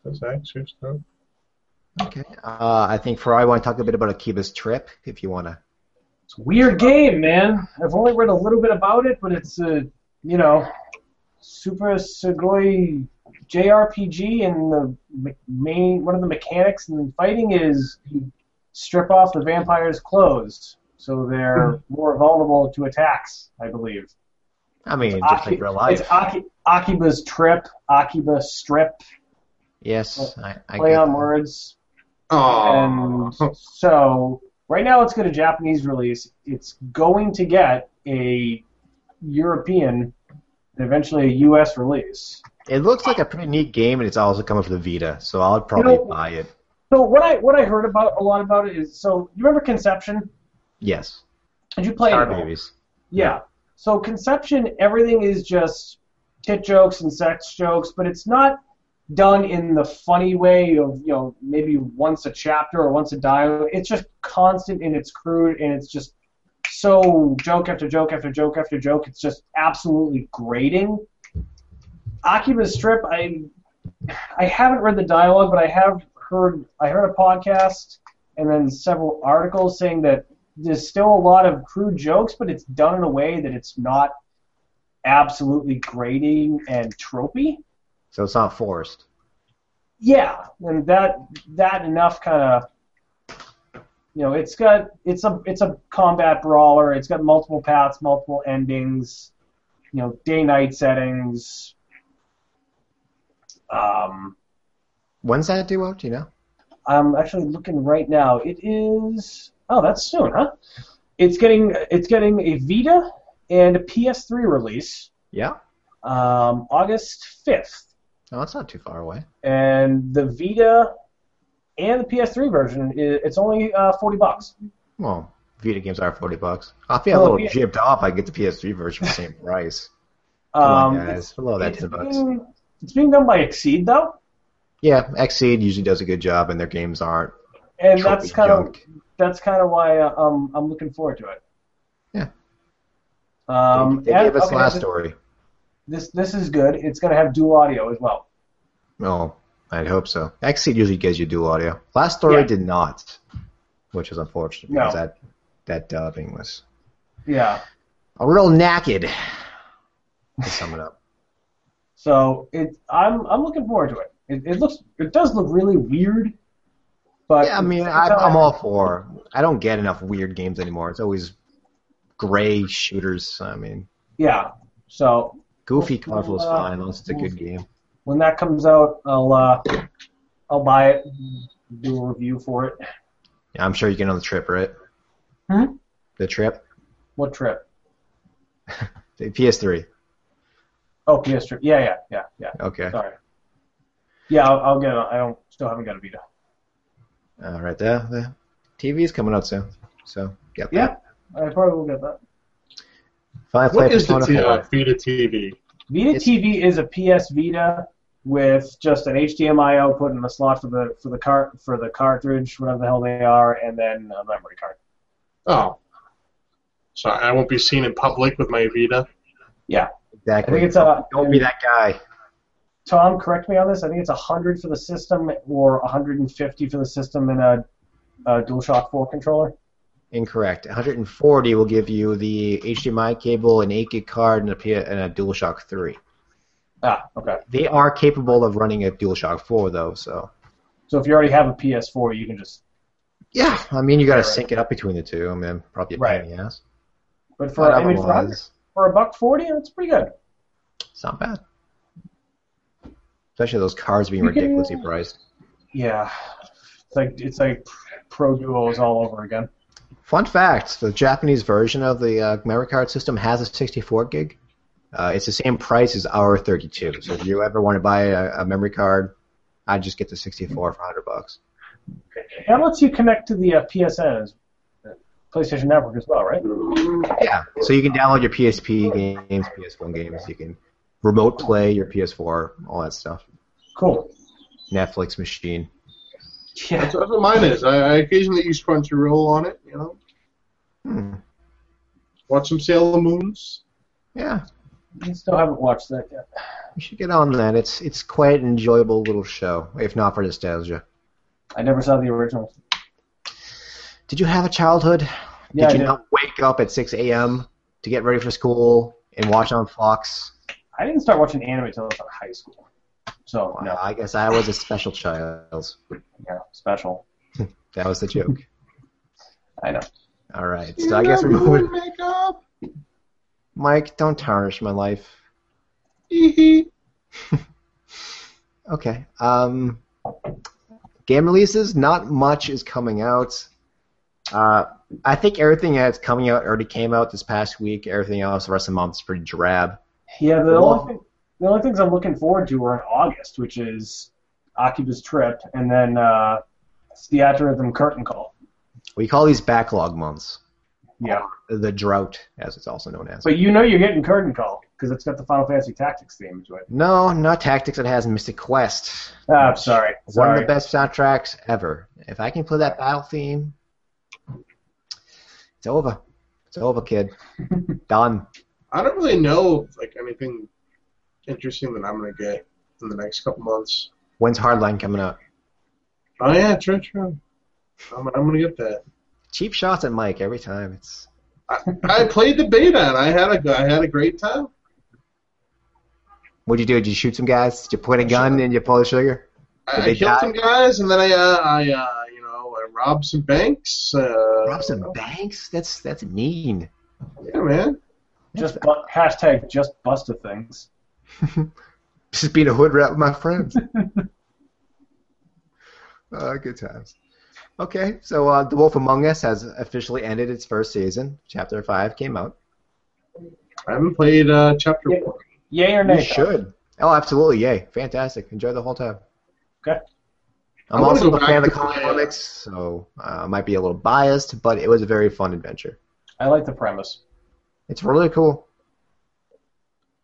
That's Axu stuff.
Okay. Uh, I think for I want to talk a bit about Akiba's trip, if you want to.
It's a weird game, man. I've only read a little bit about it, but it's a you know super Sugoi JRPG, and the me- main one of the mechanics in fighting is you strip off the vampire's clothes, so they're more vulnerable to attacks. I believe.
I mean, just
Aki-
Uh,
like real life.
It's Aki- Akiba's trip. Akiba strip.
yes, I, I
play
get
on
that.
words.
Oh,
And so right now it's got a Japanese release. It's going to get a European and eventually a US release.
It looks like a pretty neat game, and it's also coming for the Vita, so I'll probably
know-
buy it.
So what I what I heard about a lot about it is so you remember Conception?
Yes,
Did you play it?
Star
at all?
Babies.
Yeah. So conception, everything is just tit jokes and sex jokes, but it's not done in the funny way of you know maybe once a chapter or once a dialogue. It's just constant and it's crude and it's just so joke after joke after joke after joke. It's just absolutely grating. Akiba's strip, I I haven't read the dialogue, but I have heard I heard a podcast and then several articles saying that there's still a lot of crude jokes, but it's done in a way that it's not absolutely grating and tropey.
So it's not forced.
Yeah, and that that enough kind of you know it's got it's a it's a combat brawler. It's got multiple paths, multiple endings, you know, day night settings. Um,
When's that due out? Do you know?
I'm actually looking right now. It is oh, that's soon, huh? It's getting it's getting a Vita and a PS3 release
Yeah.
um, August 5th,
No, it's not too far away.
and the Vita and the PS3 version i- it's only uh, 40 bucks.
Well, Vita games are forty bucks. I feel
Well,
a little
if
jibbed off. I get the PS3 version for the same price.
Um,
Come on, guys, below that
It's,
ten
it's
bucks.
being, it's being done by Exceed though,
Yeah, Xseed usually does a good job, and their games aren't.
and
tropey
that's kind of
junk.
that's kind of why uh, um, I'm looking forward to it.
Yeah.
Um,
they, they
and-
gave us
okay,
last
this-
story.
This this is good. It's gonna have dual audio as well.
Oh, I'd hope so. Xseed usually gives you dual audio. Last story
Yeah.
did not, which is unfortunate
No.
because that that dubbing was
Yeah.
a real knackered. To sum it up.
So it, I'm I'm looking forward to it. It, it looks it does look really weird, but
Yeah, I mean, I, I'm all for. I don't get enough weird games anymore. It's always gray shooters. I mean,
yeah. So
goofy colorful is
Well, uh,
fine unless it's a good game.
when that comes out, I'll uh, I'll buy it, do a review for it.
Yeah, I'm sure you get on the trip, right?
Hmm?
The trip,
What trip?
the PS3.
Oh, PS trip. Yeah, yeah, yeah, yeah.
Okay,
Sorry. Yeah, I'll, I'll get. it. I don't still haven't got a Vita.
all right. The the TV is coming out soon, so get that.
Yeah, I probably will get that.
Final
what
play
is the
Persona
t- uh,
4.
Vita TV?
Vita
It's-
TV is a PS Vita with just an HDMI output and a slot for the for the cart for the cartridge, whatever the hell they are, and then a memory card.
Oh, sorry, I won't be seen in public with my Vita.
Exactly.
I think it's a-
Don't be that guy.
Tom, correct me on this. I think it's 100 for the system or 150 for the system and a, a DualShock 4 controller.
Incorrect. 140 will give you the HDMI cable, an 8 gig card, and a, P- and a DualShock 3.
Ah, okay.
They are capable of running a DualShock 4 though, so
So if you already have a PS4, you can just.
yeah. I mean, you got to
Right.
sync it up between the two. I mean, probably a
Right.
pain in the ass.
But for
But
I mean, for, a hundred-
otherwise,
for a buck forty, that's pretty good.
it's not bad. Especially those cards being
You can-
ridiculously priced.
Yeah, it's like it's like Pro Duos all over again.
Fun fact: the Japanese version of the uh, memory card system has a 64 gig. Uh, it's the same price as our 32. So if you ever want to buy a, a memory card, I just get the 64 for 100 bucks.
That lets you connect to the uh, PSN, as- PlayStation Network as well, right?
Yeah. So you can download your PSP games, PS1 games. You can remote play your PS4, all that stuff.
Cool.
Netflix machine.
Yeah.
That's, that's what mine is. I, I occasionally use Crunchyroll on it. You know,
Hmm.
watch some Sailor Moons.
Yeah.
You still haven't watched that yet.
You should get on that. It's it's quite an enjoyable little show, if not for nostalgia.
I never saw the original.
Did you have a childhood? did
Yeah, I,
you
did.
not wake up at 6 a.m. to get ready for school and watch on Fox?
I didn't start watching anime until I was in high school. So,
Wow,
no,
I guess I was a special child.
yeah, special.
That was the joke.
I know.
All right. So I guess we're
doing
moving.
makeup.
Mike, don't tarnish my life.
Hee-hee.
Okay. Um, game releases, not much is coming out. Uh, I think everything that's coming out already came out this past week. Everything else, the rest of the month is pretty drab.
Yeah, the
Well-
only, thing, the only things I'm looking forward to are in August, which is Akiba's Trip, and then uh, Theatrhythm Curtain Call.
We call these backlog months.
Yeah.
The drought, as it's also known as.
But you know you're getting Curtain Call, because it's got the Final Fantasy Tactics theme to it.
No, not Tactics. It has Mystic Quest.
Ah, I'm sorry.
One of
Sorry.
the best soundtracks ever. If I can play that battle theme, it's over. It's over, kid. Done.
I don't really know like anything interesting that I'm gonna get in the next couple months.
When's Hardline coming out?
Oh yeah, true, true. I'm, I'm gonna get that.
Cheap shots at Mike every time. It's
I played the beta and I had a I had a great time.
What'd you do? Did you shoot some guys? Did you point a gun and you pull the trigger? Did
I,
they
I killed
die?
some guys and then I uh, I uh, you know I robbed some banks. Uh,
Rob some banks? That's that's mean.
Yeah, man.
Just bu- hashtag just Busta things.
Just being a hood rat with my friends. uh, good times. Okay, so uh, The Wolf Among Us has officially ended its first season. Chapter five came out.
I haven't played uh, chapter
Yeah.
one.
Yay or nay?
You
Tom?
should. Oh, absolutely! Yay, fantastic. Enjoy the whole time.
Okay.
I'm
I wanna
also
go
a fan of the
back to the-
comics, so uh, I might be a little biased, but it was a very fun adventure.
I like the premise.
It's really cool.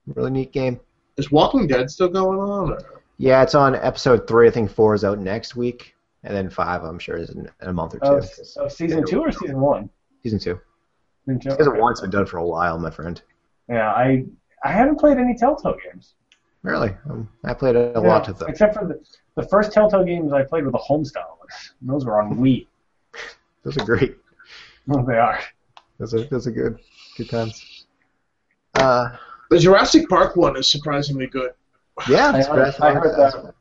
Really neat game.
Is Walking Dead still going on? Or?
Yeah, it's on episode three. I think four is out next week, and then five, I'm sure, is in, in a month or
Oh,
two.
s- oh, season two or season one?
Season two.
Season two?
Season
Okay.
one's been done for a while, my friend.
Yeah, I I haven't played any Telltale games.
Really, um, I played a
Yeah,
lot of them.
Except for the, the first Telltale games I played were the Homestyle ones. Those were
Hmm.
on Wii.
Those are great.
Oh, they are.
Those are those are good. Good times. Uh,
The Jurassic Park one is surprisingly good.
yeah,
I
it's
heard-
best-
I heard that.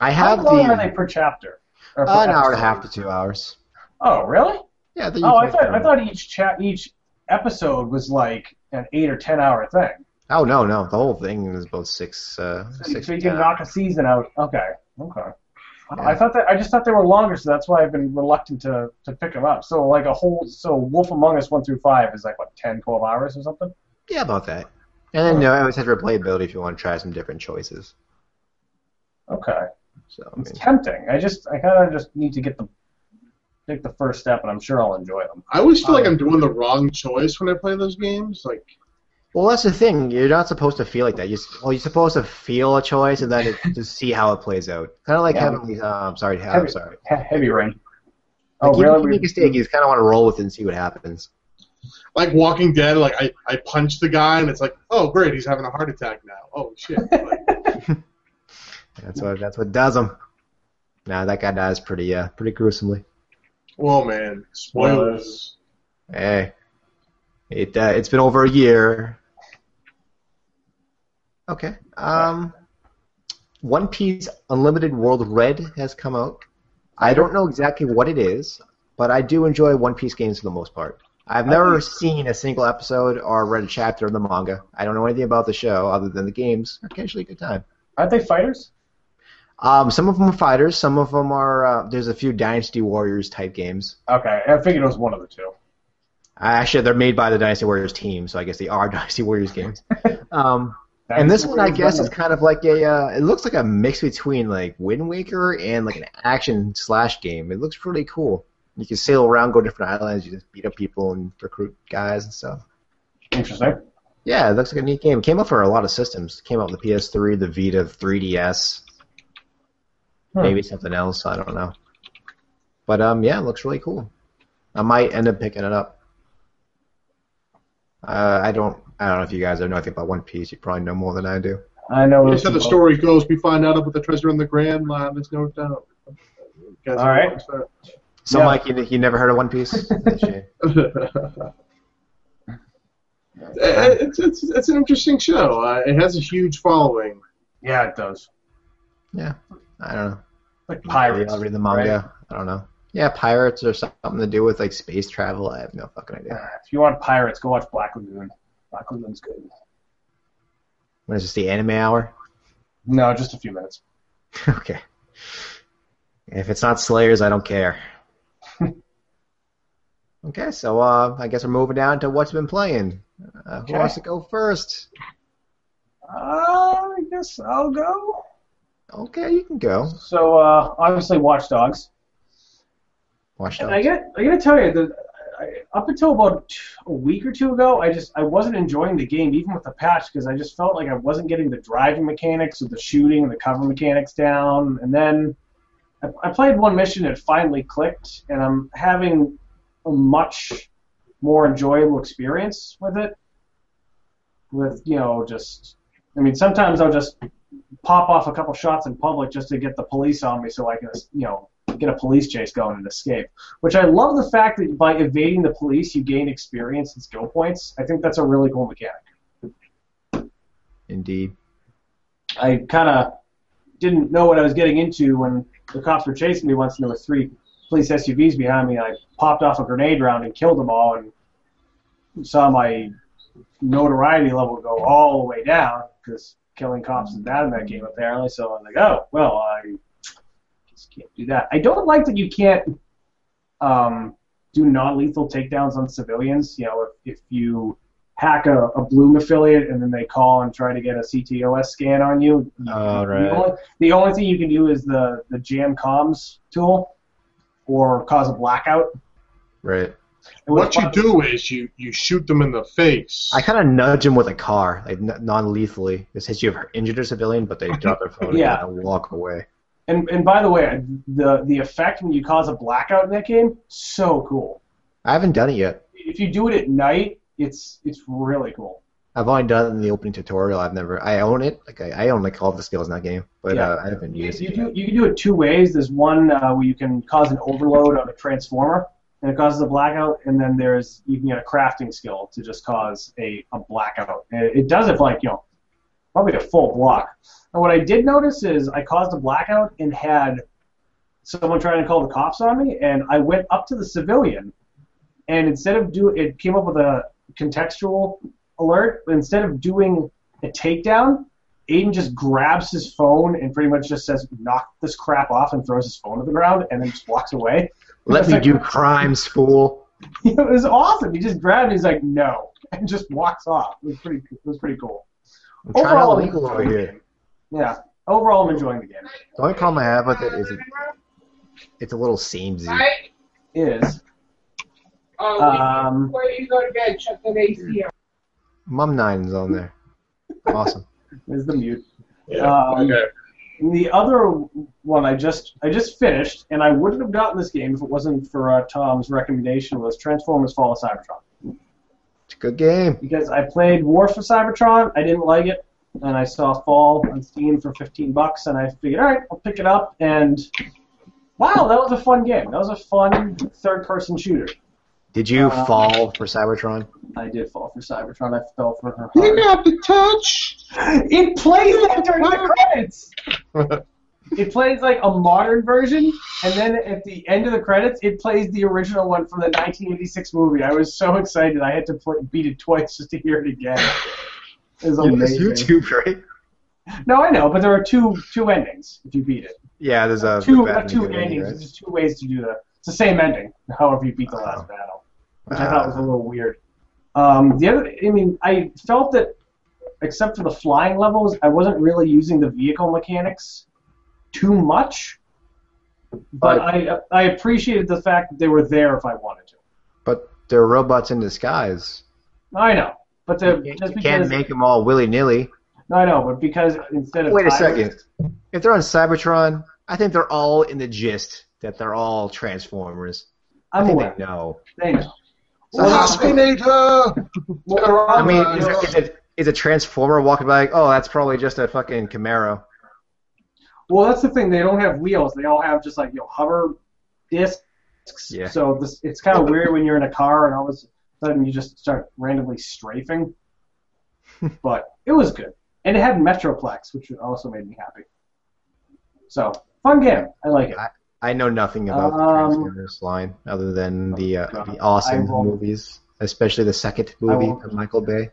I have
How long are
the
they per chapter? Or per
uh, an hour and a
episode?
half to two hours.
Oh, really?
Yeah. the
Oh, I
usual
thought I
time.
thought each chat each episode was like an eight or ten hour thing.
Oh no, no, the whole thing is about six, uh,
So,
six.
so you
to
can
10.
knock a season out. Okay, okay.
Yeah.
I thought that I just thought they were longer, so that's why I've been reluctant to, to pick them up. So like a whole so Wolf Among Us one through five is like what 10, 12 hours or something.
Yeah, about that. And then you know, I always have replayability if you want to try some different choices.
Okay.
So I
It's
mean,
tempting. I just, I kind of just need to get the, take the first step, and I'm sure I'll enjoy them.
I always feel
Oh.
like I'm doing the wrong choice when I play those games. Like
Well, that's the thing. You're not supposed to feel like that. You're, s- well, you're supposed to feel a choice and then it, just see how it plays out. Kind of like
Yeah.
Heavenly. Uh, I'm sorry. He- I'm
Heavy-
sorry.
He- heavy rain.
Like,
Oh,
even if
really?
you make a mistake, you just kind of want to roll with it and see what happens.
like Walking Dead, like I, I punch the guy and it's like, oh great, he's having a heart attack now. Oh shit. Like,
That's what that's what does them. Now that guy dies pretty uh pretty gruesomely.
whoa man. Spoilers.
Hey, it uh, it's been over a year. Okay. Um, One Piece Unlimited World Red has come out. I don't know exactly what it is, but I do enjoy One Piece games for the most part. I've never seen a single episode or read a chapter of the manga. I don't know anything about the show other than the games. Occasionally, a good time.
Aren't they fighters?
Um, some of them are fighters. Some of them are. Uh, there's a few Dynasty Warriors type games.
Okay, I figured it was one of the two.
Actually, they're made by the Dynasty Warriors team, so I guess they are Dynasty Warriors games. Um,
That
and
is
this one, I
weird,
guess, is
wasn't
kind of like a. Uh, it looks like a mix between like Wind Waker and like an action slash game. It looks really cool. You can sail around, go to different islands, you just beat up people and recruit guys and stuff.
it? interesting.
Yeah, it looks like a neat game. It came out for a lot of systems. It came out on the PS3, the Vita, 3DS,
Hmm.
maybe something else. I don't know. But um, yeah, it looks really cool. I might end up picking it up. Uh, I don't I don't know if you guys know anything about One Piece. You probably know more than I do.
I know.
That's how the
it's-
story goes. We find out about the treasure in the Grand Line. There's no doubt. You guys
All right.
understand.
So,
Yeah.
Mike, you, you never heard of One Piece? Shame.
Eh, it's, it's, it's an interesting show. Uh, it has a huge following.
Yeah, it does.
yeah, I don't know.
Like
Maybe
pirates.
I'll read the manga. I don't know. Yeah, pirates or something to do with like space travel. I have no fucking idea.
Ah, If you want pirates, go watch Black Lagoon. Black Lagoon's good.
When is this the anime hour?
No, just a few minutes.
okay. If it's not Slayers, I don't care. okay, so uh, I guess we're moving down to what's been playing. Uh,
Okay.
Who wants to go first?
Uh, I guess I'll go.
Okay, you can go.
So uh, obviously, Watch Dogs.
Watch
And I
that.
got I gotta tell you that I, up until about t- a week or two ago, I just I wasn't enjoying the game even with the patch because I just felt like I wasn't getting the driving mechanics or the shooting and the cover mechanics down. And then I, I played one mission, it finally clicked, and I'm having a much more enjoyable experience with it. With you know just I mean sometimes I'll just pop off a couple shots in public just to get the police on me so I can you know get a police chase going and escape. Which I love the fact that by evading the police, you gain experience and skill points. I think that's a really cool mechanic.
Indeed.
I kind of didn't know what I was getting into when the cops were chasing me once, and there were three police SUVs behind me. And I popped off a grenade round and killed them all, and saw my notoriety level go all the way down because killing cops is bad in that game apparently. So I'm like, oh well, I just can't do that. I don't like that you can't um, do non-lethal takedowns on civilians. You know, if, if you hack a, a Bloom affiliate and then they call and try to get a CTOS scan on you.
Oh,
The,
right.
only, the only thing you can do is the, the jam comms tool or cause a blackout.
Right.
And
What
with-
you do is you, you shoot them in the face.
I kind of nudge him with a car, like n- non-lethally. This hits you have injured a civilian, but they drop their phone
Yeah.
and kinda walk away.
And, and by the way, the, the effect when you cause a blackout in that game, so cool.
I haven't done it yet.
If you do it at night, it's it's really cool.
I've only done it in the opening tutorial. I've never. I own it. Like I, I own like all the skills in that game, but
Yeah.
uh, I haven't
You,
used
you,
it. yet.
do, you can do it two ways. There's one uh, where you can cause an overload on a transformer, and it causes a blackout, and then there's you can get a crafting skill to just cause a, a blackout. And It, it does it for like, you know, probably a full block. And what I did notice is I caused a blackout and had someone trying to call the cops on me, and I went up to the civilian, and instead of do it came up with a contextual alert, but instead of doing a takedown, Aiden just grabs his phone and pretty much just says, knock this crap off and throws his phone to the ground and then just walks away.
Let
It's
me
like-
do crimes, fool.
it was awesome. He just grabbed it, he's like, no, and just walks off. It was pretty, it was pretty cool.
I'm trying all
Overall,
legal over here.
Yeah. Overall, I'm enjoying the game.
The only problem I have with it is it, it's a little samey.
Alright?
It is.
Oh,
Um,
before you go to bed, shut that AC off.
Mum Nine's on there. Awesome.
is the mute.
Yeah.
Um,
okay.
And the other one I just I just finished, and I wouldn't have gotten this game if it wasn't for uh, Tom's recommendation was Transformers Fall of Cybertron
It's a good game.
because I played War for Cybertron, I didn't like it, and I saw Fall on Steam for 15 bucks, and I figured, all right, I'll pick it up, and wow, that was a fun game. That was a fun third-person shooter.
Did you
Uh,
fall for Cybertron?
I did fall for Cybertron. I fell for her
You
heart.
got the touch.
It plays that during the credits. it plays like a modern version, and then at the end of the credits, it plays the original one from the 1986 movie. I was so excited, I had to play, beat it twice just to hear it again. It was amazing.
right?
No, I know, but there are two two endings if you beat it.
Yeah, there's a
Two
bad and
two
good ending,
endings.
right?
There's just two ways to do that. It's the same ending, however you beat the
Wow.
last battle which I thought was a little weird. Um, the other, I mean, I felt that except for the flying levels, I wasn't really using the vehicle mechanics too much. But I I appreciated the fact that they were there if I wanted to.
But they're robots in disguise.
I know, but the,
You
just
can't
because
make them all willy nilly.
I know, but because instead of
Wait a
tires-
second. If they're on Cybertron, I think they're all in the gist that they're all Transformers. I
I'm
think
aware.
they know.
They know.
Waspinator!
I mean, is,
uh,
it- is it is a transformer walking by? Like, oh, that's probably just a fucking Camaro.
Well, that's the thing. They don't have wheels. They all have just like you know hover discs.
Yeah.
So this, it's kind of weird when you're in a car and all of a sudden you just start randomly strafing. but it was good, and it had Metroplex, which also made me happy. So fun game. I like it.
I know nothing about
Um, oh
the Transformers line other than the uh,
God.
the awesome
I will-
movies, especially the second
will-
movie of Michael Bay,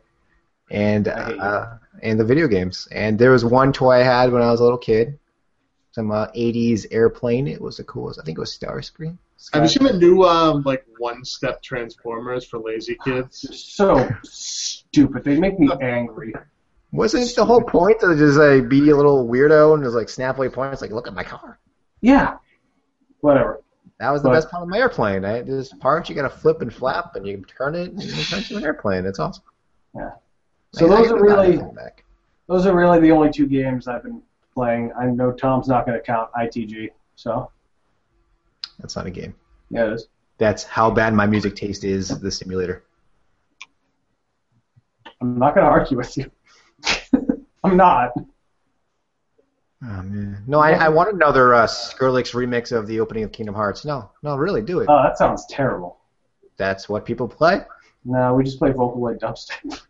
and
I hate you.
uh, and the video games. And there was one toy I had when I was a little kid, some uh, '80s airplane. It was the coolest. I think it was Starscream.
Have you seen the new um, like one step Transformers for lazy kids?
So stupid. They make me angry.
Oh,
Wasn't it the whole point to just like be a little weirdo and just like snap away points? Like, look at my car.
Yeah. Whatever.
That was the
But-
best part of my airplane. I, this part you got to flip and flap, and you can turn it and it turns into an airplane. That's awesome.
Yeah. So
I- I
those
got
are
a lot of
really-
that back.
Those are really the only two games I've been playing. I know Tom's not going to count ITG. So
That's not a game.
yeah, it is.
That's how bad my music taste is. The simulator.
I'm not going to argue with you. I'm not.
Oh man. No, I, I want another uh, Skrillex remix of the opening of Kingdom Hearts. No, no, really, do it.
Oh, that sounds terrible.
That's what people play.
No, we just play Vocaloid dubstep.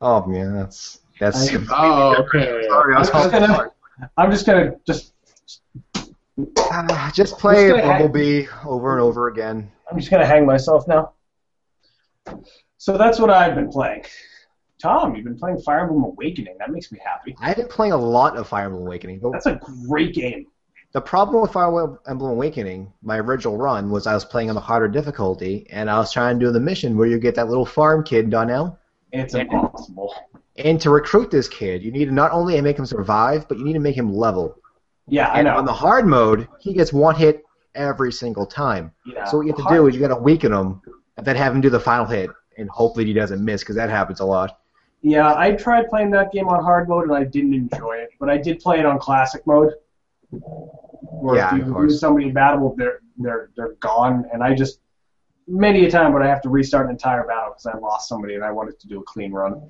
Oh man, that's that's.
I-
Oh, okay.
Sorry, I was
I'm just
hoping-
gonna, I'm just gonna just,
Ah, just play
Let's go ahead.
Bumblebee over and over again.
I'm just gonna hang myself now. So that's what I've been playing. Tom, you've been playing Fire Emblem Awakening. That makes me happy.
I've been playing a lot of Fire Emblem Awakening, but
That's a great game.
The problem with Fire Emblem Awakening, my original run, was I was playing on the harder difficulty, and I was trying to do the mission where you get that little farm kid, Donnell.
It's
Yeah.
impossible.
And to recruit this kid, you need to not only make him survive, but you need to make him level.
Yeah, I
And on
know.
the hard mode, he gets one hit every single time.
Yeah.
So what you have to do is you got to weaken him, and then have him do the final hit, and hopefully he doesn't miss, because that happens a lot.
Yeah, I tried playing that game on hard mode and I didn't enjoy it, but I did play it on classic mode. Where
Yeah,
if
of
you
course.
lose somebody in battle, they're they're they're gone, and I just many a time would I have to restart an entire battle because I lost somebody and I wanted to do a clean run.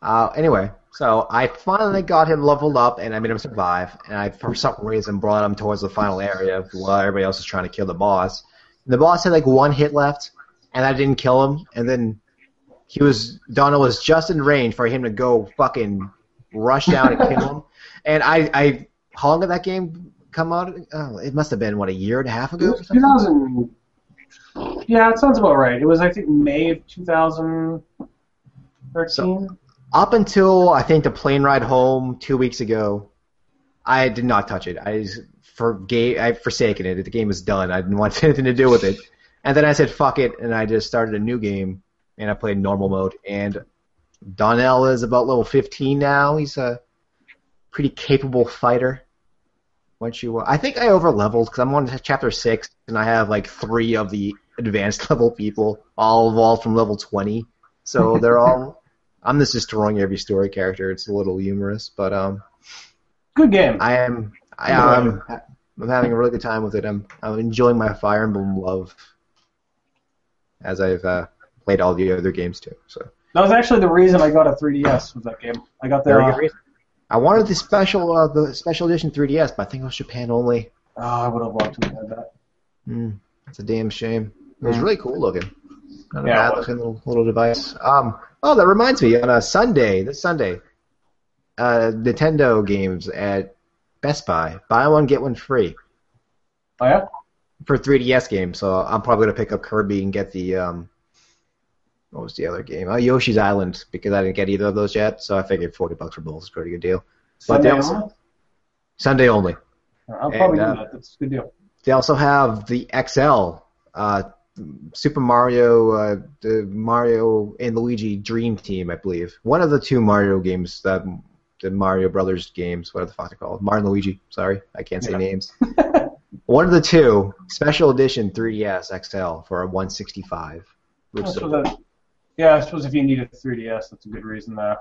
Uh, anyway, so I finally got him leveled up, and I made him survive. And I, for some reason, brought him towards the final area while everybody else was trying to kill the boss. And the boss had like one hit left, and I didn't kill him. And then he was Donald was just in range for him to go fucking rush down and kill him. And I, I how long did that game come out? Oh, it must have been what a year and a half
It
ago. Or
was
something?
2000. Yeah, it sounds about right. It was I think May of 2013.
up until I think the plane ride home two weeks ago, I did not touch it. I just forgave, I forsaken it. The game was done. I didn't want anything to do with it. And then I said fuck it, and I just started a new game, and I played normal mode. And Donnell is about level 15 now. He's a pretty capable fighter. Once you, I think I over leveled because I'm on chapter six, and I have like three of the advanced level people all evolved from level 20. So they're all I'm just destroying every story character. It's a little humorous, but um,
Good game.
I am I, I'm I'm having a really good time with it. I'm I'm enjoying my Fire Emblem love, as I've uh, played all the other games too. So
That was actually the reason I got a 3DS with that game. I got the.
very good
Uh,
reason. I wanted the special uh, the special edition 3DS, but I think it was Japan only.
oh, I would have loved to have had that.
Mm, it's a damn shame. It was
Mm.
really cool looking. Not a
Yeah, it
bad
was.
looking little, little device. Um, oh, that reminds me. On a Sunday, this Sunday, uh, Nintendo games at Best Buy. Buy one get one free
Oh yeah.
for 3DS games. So I'm probably gonna pick up Kirby and get the um, what was the other game? Oh, Yoshi's Island because I didn't get either of those yet. So I figured 40 bucks for both is a pretty good deal. But they
Sunday
also-
only?
Sunday only.
I'll
And,
probably do
uh,
that. That's a good deal.
They also have the XL, uh, Super Mario, uh, the Mario and Luigi Dream Team, I believe. One of the two Mario games, that the Mario Brothers games, whatever the fuck they're called. Mario and Luigi, sorry, I can't say
Yeah.
names. One of the two, special edition 3DS XL for a 165. Which
I
is
suppose that- yeah, I suppose if you need a 3DS, that's a good reason. Uh,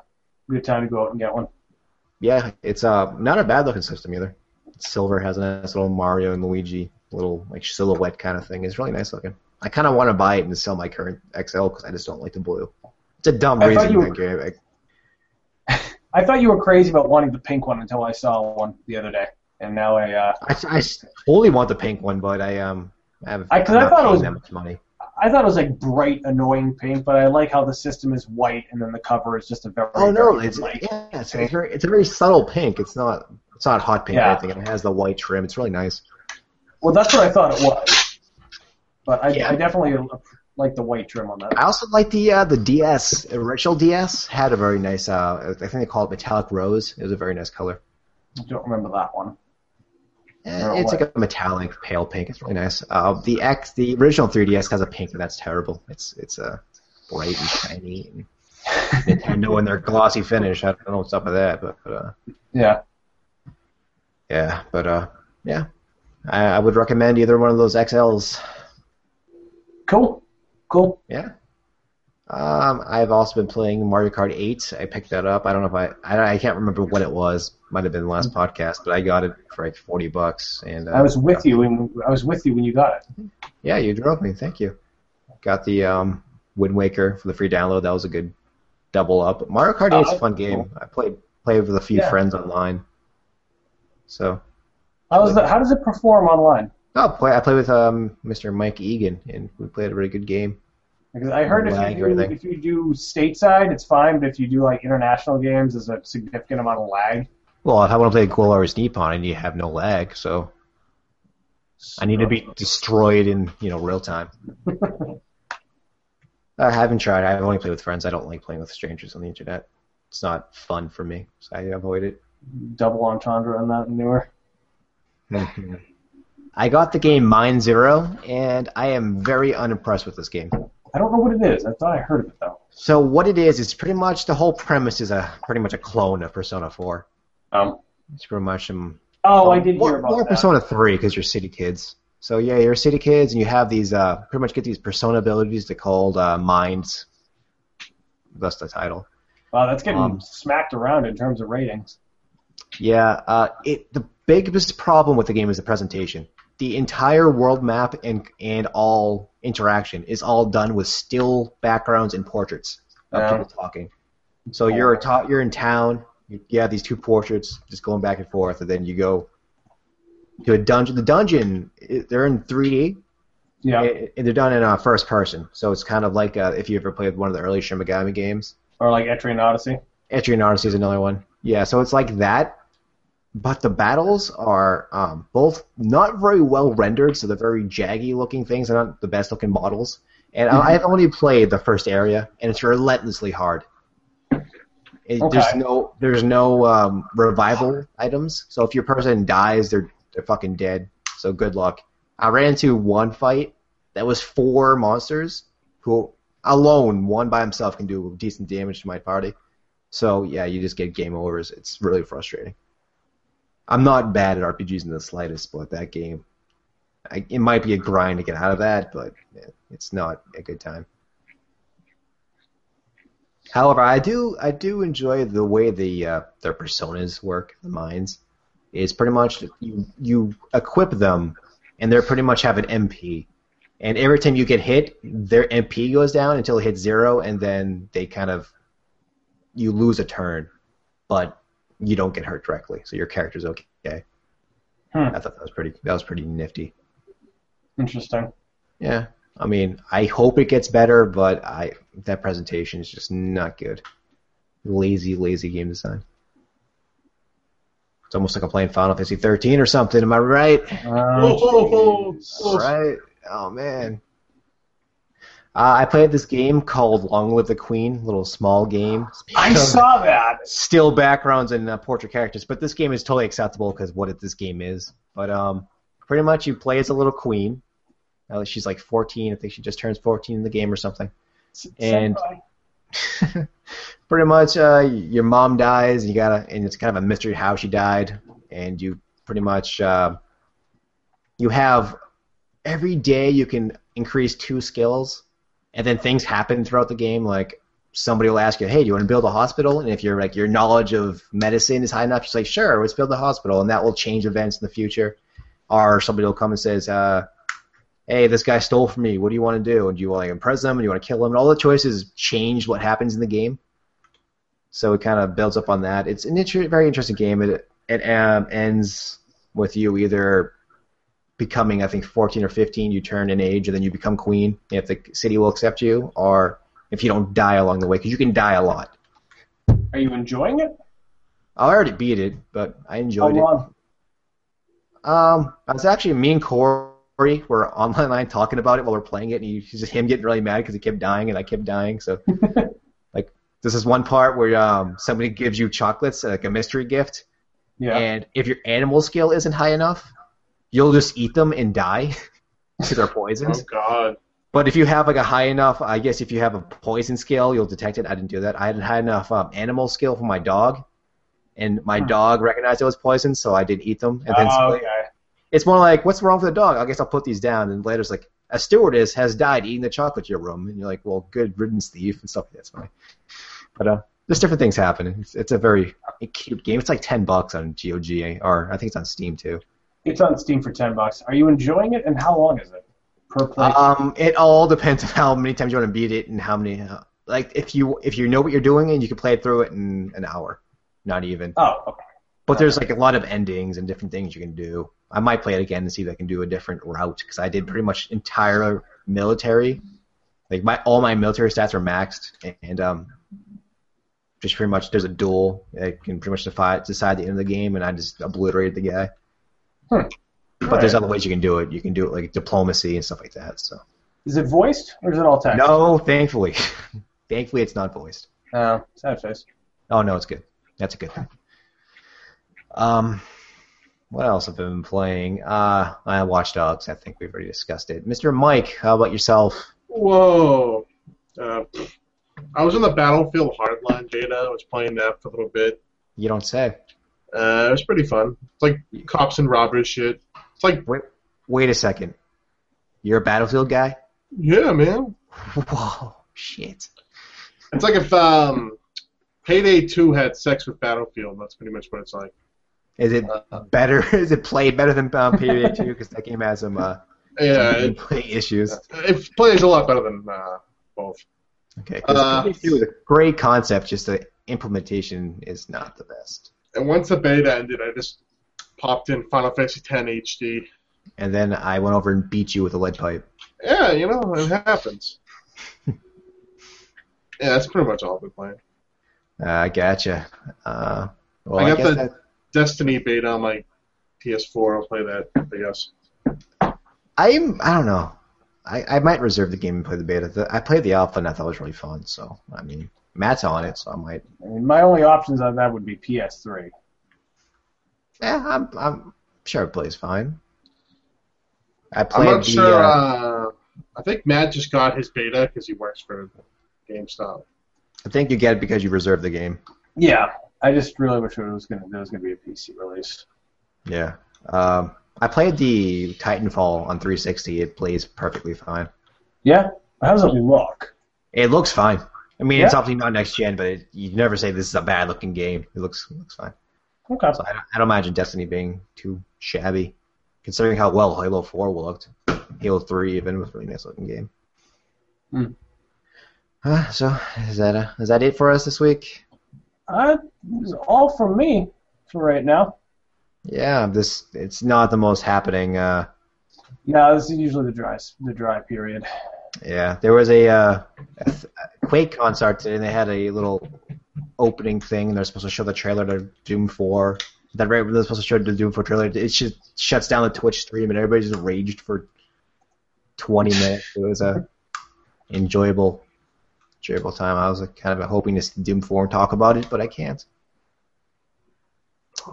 good time to go out and get one.
yeah, it's uh, not a bad looking system either. Silver has a nice little Mario and Luigi little like silhouette kind of thing. It's really nice looking. I kind of want to buy it and sell my current XL because I just don't like the blue. It's a dumb
I thought
reason.
you
I
were-
gave it.
I thought you were crazy about wanting the pink one until I saw one the other day, and now I uh,
I, I totally want the pink one, but I um have
I- 'cause I
I'm not
thought it
paying
was-
that much money.
I thought it was like bright, annoying pink, but I like how the system is white and then the cover is just a very
Oh no,
very
it's
light.
yeah, it's, it's very it's a very subtle pink. It's not it's not hot pink or
Yeah.
anything. and It has the white trim. It's really nice.
Well, that's what I thought it was, but I,
Yeah.
I definitely like the white trim on that.
I also like the uh, the DS original DS had a very nice uh I think they call it metallic rose. It was a very nice color.
I don't remember that one.
Eh,
Oh,
it's
what?
like a metallic pale pink. It's really nice. Uh, the X the original 3DS has a pink and that's terrible. It's it's uh, bright and shiny. And Nintendo and their glossy finish. I don't know what's up with that, but, but uh,
Yeah,
Yeah, but uh, yeah, I, I would recommend either one of those XLs.
cool, cool.
Yeah. Um, I've also been playing Mario Kart 8. I picked that up. I don't know if I I, I can't remember when it was. Might have been the last podcast, but I got it for like 40 bucks. And uh,
I was with you, and I was with you when you got it.
Yeah, you drove me. Thank you. Got the um, Wind Waker for the free download. That was a good double up. Mario Kart
Oh,
8 is a
that's
fun game. I played played with a few
Yeah.
friends online. So
How does that? How does it perform online?
no, play. I played with um, Mr. Mike Egan, and we played a really good game.
Because I heard if
Lag or
you, do,
anything.
if you do stateside, it's fine, but if you do like international games, there's a significant amount of lag.
Well, if I want to play Cool Hours Nippon, I need to have no lag, so I need to be destroyed in you know real time. I haven't tried. I've only played with friends. I don't like playing with strangers on the internet. It's not fun for me, so I avoid it.
double entendre on that newer.
I got the game Mine Zero, and I am very unimpressed with this game.
I don't know what it is. I thought I heard of it though.
So what it is, it's pretty much the whole premise is a pretty much a clone of Persona 4.
Um,
It's pretty much um,
oh, I did
more,
hear about
more
that.
Persona 3 because you're city kids. So yeah, you're city kids, and you have these uh, pretty much get these persona abilities that called uh, minds. That's the title.
wow, that's getting
Um,
smacked around in terms of ratings.
Yeah, uh, it the biggest problem with the game is the presentation. The entire world map and and all interaction is all done with still backgrounds and portraits of
Yeah.
people talking. So you're a ta- you're in town. You, you have these two portraits just going back and forth, and then you go to a dungeon. The dungeon i- they're in 3D,
Yeah,
and- and they're done in uh, first person. So it's kind of like uh, if you ever played one of the early Shin Megami games.
or like Etrian Odyssey.
Etrian Odyssey is another one. Yeah, so it's like that, but the battles are um, both not very well rendered, so they're very jaggy looking things. They're not the best looking models. And I I've only played the first area, and it's relentlessly hard. It-
Okay.
There's no there's no um, revival items, so if your person dies, they're they're fucking dead. So good luck. I ran into one fight that was four monsters who alone, one by himself, can do decent damage to my party. So yeah, you just get game overs. It's really frustrating. I'm not bad at RPGs in the slightest, but that game, I, it might be a grind to get out of that, but eh, it's not a good time. However, I do I do enjoy the way the uh, their personas work, the minds. It's pretty much you you equip them, and they are pretty much have an MP. And every time you get hit, their MP goes down until it hits zero, and then they kind of you lose a turn, but you don't get hurt directly, so your character's okay.
Hmm.
I thought that was pretty that was pretty nifty.
Interesting.
Yeah. I mean, I hope it gets better, but I that presentation is just not good. Lazy, lazy game design. It's almost like I'm playing Final Fantasy 13 or something. Am I right?
Oh,
Um,
Right? Oh man. Uh, I played this game called Long Live the Queen, little small game.
I saw that.
still backgrounds and uh, portrait characters, but this game is totally acceptable because what it, this game is. But um, pretty much you play as a little queen. Uh, she's like 14. I think she just turns 14 in the game or something. And- Pretty much, uh, your mom dies. You gotta, and it's kind of a mystery how she died. And you pretty much, uh, you have every day you can increase two skills, and then things happen throughout the game. Like somebody will ask you, "Hey, do you want to build a hospital?" And if you're like your knowledge of medicine is high enough, you say, "Sure, let's build a hospital," and that will change events in the future. Or somebody will come and says, uh, hey, this guy stole from me. What do you want to do? And do you want to impress them? Do you want to kill him? And all the choices change what happens in the game. So it kind of builds up on that. It's an inter- very interesting game. It it um, ends with you either becoming, I think, 14 or 15. You turn in age, and then you become queen. If the city will accept you, or if you don't die along the way, because you can die a lot.
Are you enjoying it?
I already beat it, but I
How
enjoyed it.
long?
Um, I was actually me and Corey were online talking about it while we are playing it, and he, he's just him getting really mad because he kept dying and I kept dying. So, like, this is one part where um somebody gives you chocolates like a mystery gift,
Yeah.
and if your animal skill isn't high enough, you'll just eat them and die because they're
Oh
poisons.
God.
But if you have like a high enough, I guess if you have a poison skill, you'll detect it. I didn't do that. I had a high enough um, animal skill for my dog, and my
Hmm.
dog recognized it was poison, so I didn't eat them. And then
oh, okay.
it's more like, what's wrong with the dog? I guess I'll put these down. And later it's like, a stewardess has died eating the chocolate in your room. And you're like, well, good riddance, thief, and stuff like that. funny. But uh, there's different things happening. It's, it's a very cute game. It's like 10 bucks on GOG, or I think it's on Steam too.
It's on Steam for ten bucks. Are you enjoying it? And how long is it per play?
Um, it all depends on how many times you want to beat it and how many. Uh, like if you if you know what you're doing and you can play it through it in an hour, not even.
oh, okay.
But there's like a lot of endings and different things you can do. I might play it again and see if I can do a different route because I did pretty much entire military. Like my all my military stats are maxed, and um, just pretty much there's a duel. I can pretty much decide decide the end of the game, and I just obliterated the guy.
Hmm.
But
All
there's
right.
other ways you can do it. You can do it like diplomacy and stuff like that. So
Is it voiced or is it all text?
no, thankfully, thankfully it's not voiced.
No. Sad face.
Oh no, it's good. That's a good thing. Um, what else have I been playing? Uh, I Watch Dogs. I think we've already discussed it. Mr. Mike, how about yourself?
Whoa. Uh, I was in the Battlefield Hardline beta. I was playing that for a little bit.
You don't say.
Uh, it was pretty fun. It's like cops and robbers shit. It's like,
Wait a second. You're a Battlefield guy?
yeah, man.
Whoa, shit.
It's like if um, Payday 2 had sex with Battlefield. That's pretty much what it's like.
Is it
Uh-huh.
better? Is it played better than um, PvA 2? Because that game has some uh,
Yeah,
some
it,
gameplay issues.
it plays a lot better than uh, both.
Okay. 'cause
Uh,
PvA 2 is a great concept, just the implementation is not the best.
And once the beta ended, I just popped in Final Fantasy X HD.
And then I went over and beat you with a lead pipe.
Yeah, you know, it happens. yeah, that's pretty much all I've been playing.
Uh, gotcha. Uh, well, I,
I got
guess
the-
that,
Destiny beta on my PS4. I'll play that, I guess.
I'm. I don't know. I, I might reserve the game and play the beta. The, I played the alpha and I thought it was really fun. So I mean, Matt's on it, so I might.
I mean, my only options on that would be PS3.
Yeah, I'm. I'm sure it plays fine. I
I'm
played
not
the.
sure.
uh,
Uh, I think Matt just got his beta because he works for GameStop.
I think you get it because you reserved the game.
Yeah. I just really wish it was gonna there was gonna be a PC release.
Yeah. Um, I played the Titanfall on 360. It plays perfectly fine.
Yeah. How does it look?
It looks fine. I mean, it's
Yeah.
obviously not next gen, but it, you never say this is a bad looking game. It looks it looks fine.
Okay.
So I don't, I don't imagine Destiny being too shabby, considering how well Halo 4 looked. Halo 3 even was a really nice looking game.
Hmm.
Uh, so is that uh, is that it for us this week?
Uh, this is all from me for right now.
Yeah, this it's not the most happening. Uh,
Yeah, this is usually the dry the dry period.
yeah, there was a, uh, a, th- a Quake concert today, and they had a little opening thing, and they're supposed to show the trailer to Doom 4. That right, they're supposed to show the Doom 4 trailer. It just shuts down the Twitch stream, and everybody just raged for 20 minutes. It was a enjoyable, enjoyable time. I was like, kind of hoping to see Doom 4 and talk about it, but I can't.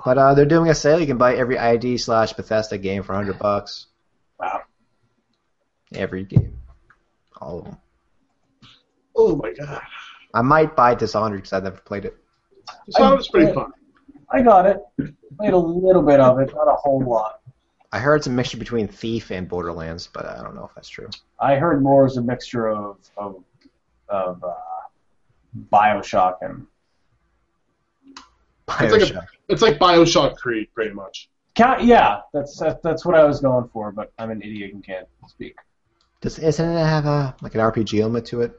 But uh, they're doing a sale. You can buy every ID slash Bethesda game for 100 bucks.
Wow.
Every game, all of them.
Oh my god,
I might buy Dishonored because I've never played it.
Dishonored was pretty fun.
I got it. Played a little bit of it, not a whole lot.
I heard it's a mixture between Thief and Borderlands, but I don't know if that's true.
I heard more was a mixture of of of uh, Bioshock and
It's like a-
Bioshock.
It's like Bioshock Creed, pretty much.
Count, yeah, that's that, that's what I was going for, but I'm an idiot and can't speak.
Does isn't it have a like an RPG element to it?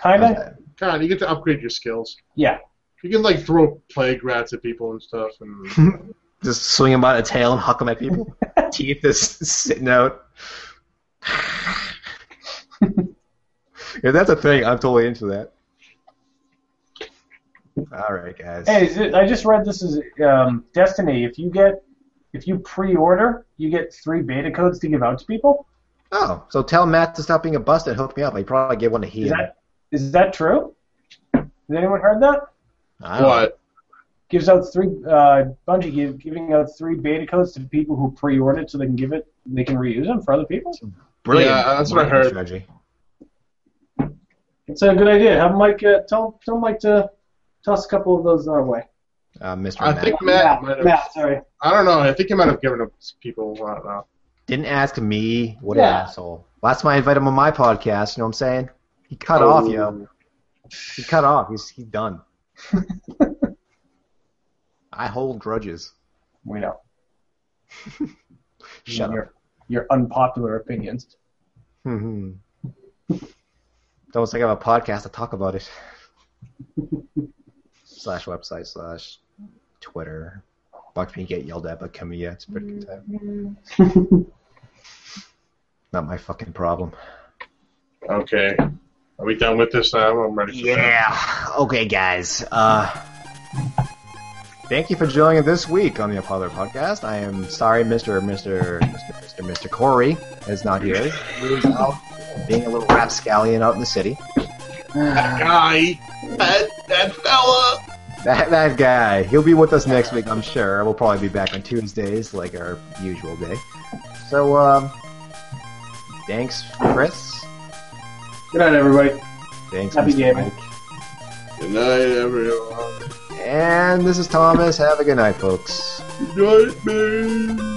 Kinda,
God, you get to upgrade your skills.
yeah.
You can like throw plague rats at people and stuff, and
Just swing them by the tail and huck them at people. Teeth is sitting out. yeah, that's a thing. I'm totally into that. All right, guys.
Hey, is it- I just read this is um, Destiny. If you get if you pre-order, you get three beta codes to give out to people.
Oh, so tell Matt to stop being a bust and hook me up. I probably get one to
Is
heal.
that is that true? Has anyone heard that?
I don't know.
what?
Gives out three uh, Bungie give, giving out three beta codes to people who pre-ordered so they can give it they can reuse them for other people.
Brilliant.
Yeah, that's what I heard.
Strategy.
It's a good idea. Have Mike uh, tell tell Mike to toss a couple of those our way.
Uh, Mr.
I
Matt.
think Matt might
Matt,
have.
Matt, sorry.
I don't know. I think he might have given up people. I don't know.
Didn't ask me. What an
Yeah.
asshole. Last time I invited him on my podcast, you know what I'm saying? He cut off,
Oh.
yo. He cut off. He's he's done. I hold grudges.
We know.
Shut
your,
up.
Your unpopular opinions.
hmm Don't think I have a podcast to talk about it. slash website slash Twitter. Watch me get yelled at by Camilla. It's a pretty good
Mm-hmm.
time. Not my fucking problem.
Okay. Are we done with this now? I'm ready for that.
Yeah. Okay, guys. Uh, thank you for joining this week on the Apollo Podcast. I am sorry, Mister, Mister, Mister, Mister Corey is not here. He's out being a little rapscallion out in the city.
Guy, that, that fella.
That that guy. He'll be with us next week, I'm sure. We'll probably be back on Tuesdays, like our usual day. So, um, thanks, Chris.
Good night, everybody.
Thanks,
Happy
Mr.
gaming.
Mike.
Good night, everyone.
And this is Thomas. Have a good night, folks.
Good night, man.